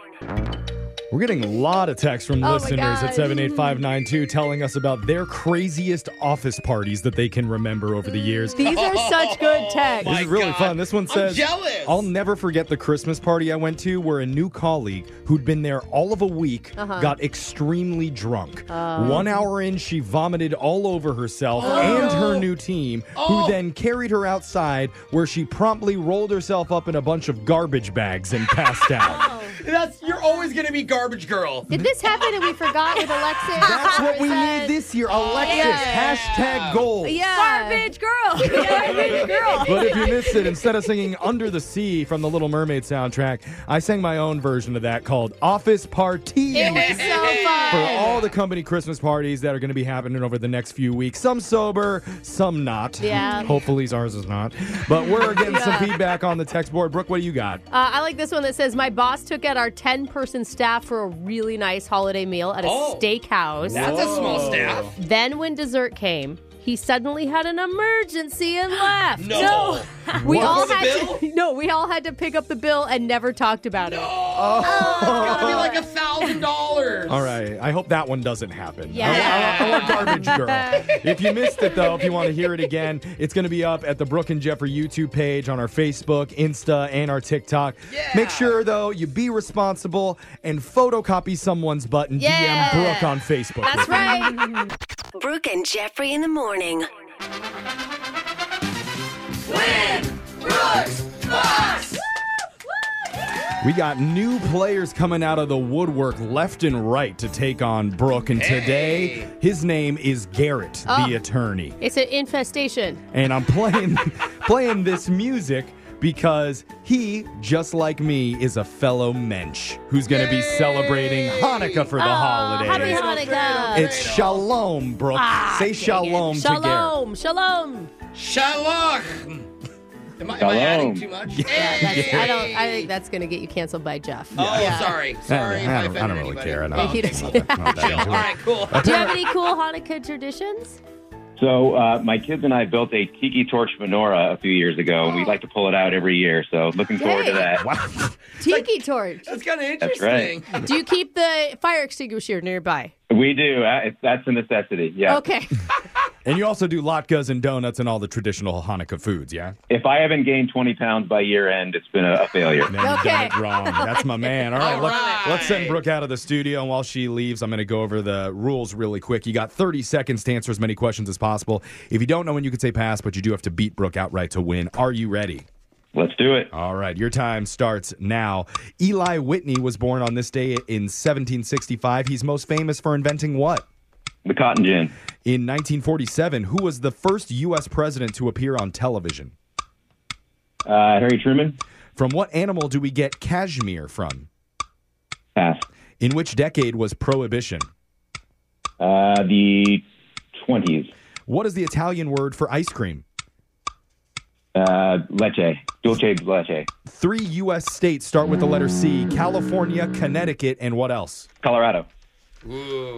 D: We're getting a lot of texts from
H: Oh my
D: listeners at
H: God.
D: 78592 telling us about their craziest office parties that they can remember over the years.
I: These are such good texts.
D: This is really fun. This one says,
I: jealous.
D: will never forget the Christmas party I went to where a new colleague who'd been there all of a week
I: Uh-huh.
D: got extremely drunk.
I: Oh.
E: Um,
B: Um,
D: One hour in, she vomited all over herself
I: Oh,
D: and
I: no.
D: her new team,
I: Oh.
D: who then carried her outside where she promptly rolled herself up in a bunch of garbage bags and passed out.
E: That's you're always gonna be garbage girl.
B: oh. Did this happen and we forgot with Alexis? That's
D: what we need this year. Alexis, hashtag gold.
B: Yeah.
A: Garbage girl. Garbage girl.
D: But if you missed it, instead of singing Under the Sea from the Little Mermaid soundtrack, I sang my own version of that called Office Party.
I: It was so fun.
D: For all the company Christmas parties that are going to be happening over the next few weeks, some sober, some not.
I: Yeah.
D: Hopefully ours is not. But we're getting
B: Yeah.
D: some feedback on the text board. Brooke, what do you got?
B: Uh, I like this one that says, My boss took out our 10 person staff for a really nice holiday meal at a
D: Oh.
B: steakhouse.
D: That's a small Whoa. staff.
B: Then, when dessert came, he suddenly had an emergency and left.
D: No.
B: we
D: What?
B: all
D: For the
B: had to, no, we all had to pick up the bill and never talked about it.
E: It's gotta be like a thousand dollars.
D: Oh. All right. I hope that one doesn't happen.
B: Yeah.
D: I, I, I want garbage girl. if you missed it, though, if you want to hear it again, it's going to be up at the Brooke and Jeffrey YouTube page on our Facebook, Insta, and our TikTok. Make sure, though, you be responsible and photocopy someone's butt and
H: Yeah.
D: DM Brooke on Facebook.
H: That's right. Brooke and Jeffrey in the morning.
D: We got new players coming out of the woodwork left and right to take on Brooke. And today, his name is Garrett,
B: Oh.
D: the attorney.
B: It's an infestation.
D: and I'm playing playing this music because he, just like me, is a fellow mensch who's going to be celebrating Hanukkah for the holidays.
B: Ah, Happy Hanukkah.
D: It's shalom, Brooke.
B: Ah,
D: Say
B: dang it.
D: shalom, to Garrett.
B: Shalom. Shalom.
E: Shalom. Am I,
D: am I adding
E: too much?
B: Yeah, that's,
D: Yeah.
B: I don't. I think that's going to get you canceled by Jeff.
E: Oh,
B: Yeah.
E: sorry. Sorry.
D: I,
E: if
D: don't, I don't really care. I don't-
B: He does-
D: I'm not- I'm not that
B: Chill.
D: into it.
B: Do you have any cool Hanukkah traditions?
N: So uh, my kids and I built a tiki torch menorah a few years ago, and we like to pull it out every year. So looking forward to
B: Yay.
N: that.
B: Tiki torch.
E: That's kind of
N: That's right.
B: Do you keep the fire extinguisher nearby?
N: We do. Uh, it's, that's a necessity. Yeah.
B: Okay.
D: And you also do latkes and donuts and all the traditional Hanukkah foods, yeah?
N: If I haven't gained 20 pounds by year end, it's been a, a failure.
D: Then you done it wrong. That's my man. All right,
N: All
D: let, us send Brooke out of the studio. And while she leaves, I'm going to go over the rules really quick. You got 30 seconds to answer as many questions as possible. If you don't know when you can say pass, but you do have to beat Brooke outright to win. Are you ready?
N: Let's do it.
D: All right, your time starts now. Eli Whitney was born on this day in 1765. He's most famous for inventing what?
N: The cotton gin.
D: In 1947, who was the first U.S. president to appear on television?
N: Uh, Harry Truman.
D: From what animal do we get cashmere from?
N: Pass.
D: In which decade was prohibition?
N: Uh, the 20s.
D: What is the Italian word for ice cream?
N: Uh, leche. Dulce leche.
D: Three U.S. states start with the letter C California, Connecticut, and what else?
N: Colorado.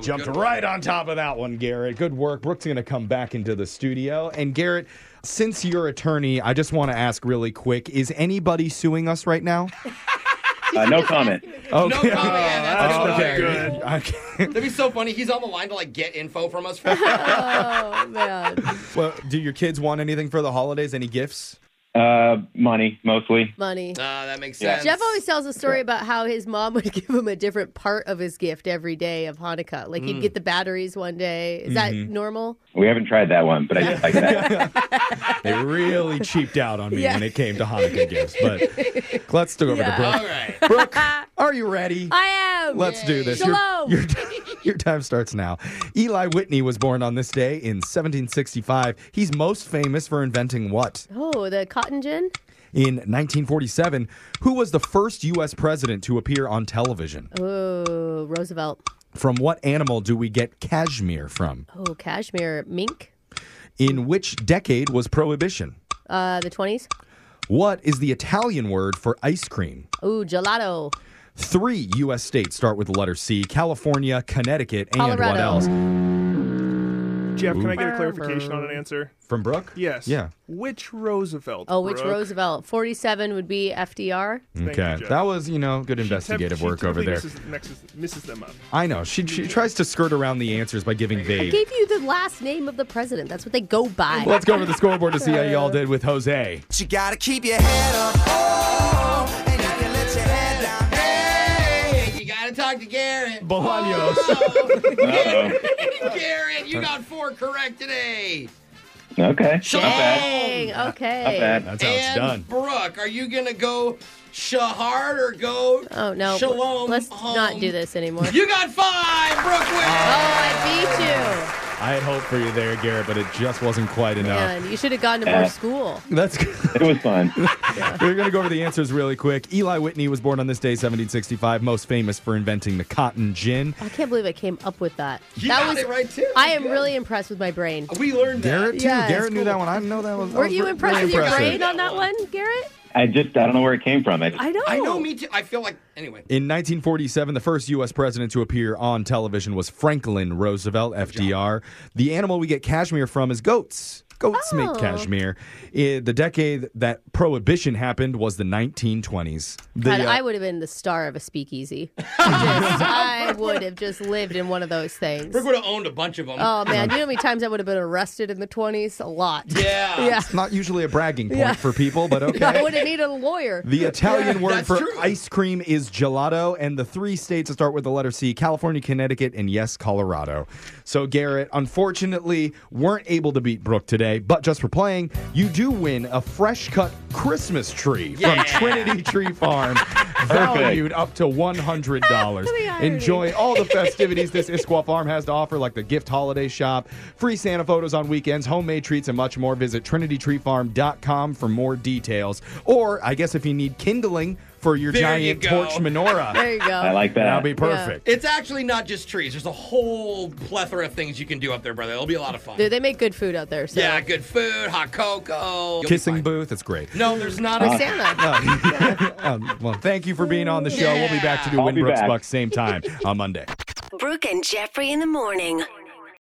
D: Jumped right on top of that one, Garrett. Good work. Brooke's going to come back into the studio. And Garrett, since you're attorney, I just want to ask really quick is anybody suing us right now?
N: Uh, no comment.
D: Okay.
E: No comment. Yeah, that's
D: Oh,
E: not
D: okay.
E: good.
D: Okay.
E: That'd be so funny. He's on the line to like get info from us. For-
B: Oh man.
D: Well, do your kids want anything for the holidays? Any gifts?
N: Uh, money, mostly.
B: Money.
E: Ah, that makes
N: Yeah.
E: sense.
B: Jeff always tells a story about how his mom would give him a different part of his gift every day of Hanukkah. Like he'd
N: Mm.
B: get the batteries one day.
N: Mhm.
B: Is
D: Mm-hmm.
B: that normal?
N: We haven't tried that one, but I just like that.
D: They really cheaped out on me
B: Yeah.
D: when it came to Hanukkah gifts. But let's go over to Brooke.
E: right.
D: Brooke, are you ready?
B: I am.
D: Let's do this. Your-
B: Shalom.
D: your- Your time starts now. Eli Whitney was born on this day in 1765. He's most famous for inventing what?
B: Oh, the cotton gin?
D: In 1947, who was the first U.S. president to appear on television?
B: Oh, Roosevelt.
D: From what animal do we get cashmere from?
B: Oh, cashmere mink.
D: In which decade was prohibition?
B: Uh, the 20s.
D: What is the Italian word for ice cream?
B: Ooh, gelato.
D: Three U.S. states start with the letter C California, Connecticut, and what
G: Colorado.
D: else?
G: Jeff, can I get
D: Ooh.
G: a clarification on an answer?
D: From Brooke?
G: Yes.
D: Yeah.
G: Which Roosevelt?
B: Oh, which
G: Brooke?
B: Roosevelt? 47 would be FDR.
D: Okay.
G: Jeff.
D: that was, you know, good
G: She tep-
D: investigative
G: she
D: work over
G: typically
D: there.
G: Misses, mixes- misses them up.
D: I know. She, she tries to skirt around the answers by giving
B: I
D: vague.
B: gave you the last name of the president. That's what they go by.
D: Well, Let's go over the scoreboard to see how y'all did with Jose.
J: You gotta keep your head up. Oh, and you can let your head down.
E: Hey, you gotta talk to Garrett. Oh.
D: Bolaños.
E: Garrett, you got four correct today.
N: Okay.
E: Shang.
B: Okay.
N: Not bad. That's how
E: and
N: it's done.
E: Brooke, are you gonna go shahard or go?
B: Oh no!
E: Shalom.
B: Let's not
E: home?
B: do this anymore. Oh,
E: You got five, Brooke. Wins.
B: I
D: I had hoped for you there, Garrett, but it just wasn't quite
B: beat you.
D: enough.
B: Man, you should have gone to
D: Yeah.
B: more school.
D: That's it
N: was fun.
D: We're going to go over the answers really quick. Eli Whitney was born on this day, 1765, most famous for inventing the cotton gin.
B: I can't believe I came up with that.
D: You
B: that
D: got
B: was
D: it right, too.
B: I am really impressed with my brain.
E: We learned
D: Garrett, too.
B: Yeah, it's
D: Garrett knew that one. I didn't know that one.
B: Were you impressed with your
D: impressive.
B: brain on that one, Garrett?
N: I just I don't know where it came from. I just,
B: I know.
E: I know. Me too. I feel like anyway.
D: In 1947, the first U.S. president to appear on television was Franklin Roosevelt, FDR. The animal we get cashmere from is goats. Goats
B: Oh.
D: make cashmere. I- the decade that prohibition happened was the 1920s. The,
B: God,
D: uh,
B: I would have been the star of a speakeasy. Just, I would have just lived in one of those things.
E: Brooke would have owned a bunch of them.
B: Oh man, you know how many times I would have been arrested in the twenties? A lot.
E: Yeah.
B: yeah.
D: It's not usually a bragging point
B: Yeah.
D: for people, but okay.
B: I would have needed a lawyer.
D: The Italian
B: Yeah,
D: word
B: that's
D: for
B: true.
D: ice cream is gelato, and the three states that start with the letter C California, Connecticut, and yes, Colorado. So, Garrett, unfortunately, weren't able to beat Brooke today, but just for playing, you do win a fresh cut Christmas tree
R: Yeah.
D: from Trinity Tree Farm, valued up to
E: Ah,
D: $100. Enjoy all the festivities this Issaquah Farm has to offer, like the gift holiday shop, free Santa photos on weekends, homemade treats, and much more. Visit trinitytreefarm.com for more details. Or, I guess, if you need kindling for your
E: There you
D: giant
E: go.
D: torch menorah.
E: There you go. I like that.
D: That'll be perfect.
E: It's actually not just trees. There's a whole plethora of things you can do up there, brother. It'll be a lot of fun.
B: Dude, they make good food out there. So.
E: Yeah, good food, hot cocoa.
D: Kissing booth, it's great.
E: No, there's not
D: Uh,
E: a
D: Um, well, thank you for being on the show. We'll be back to do
N: I'll be
D: Winbrook's
N: back.
D: Bucks same time on Monday.
H: Brooke and Jeffrey in the morning.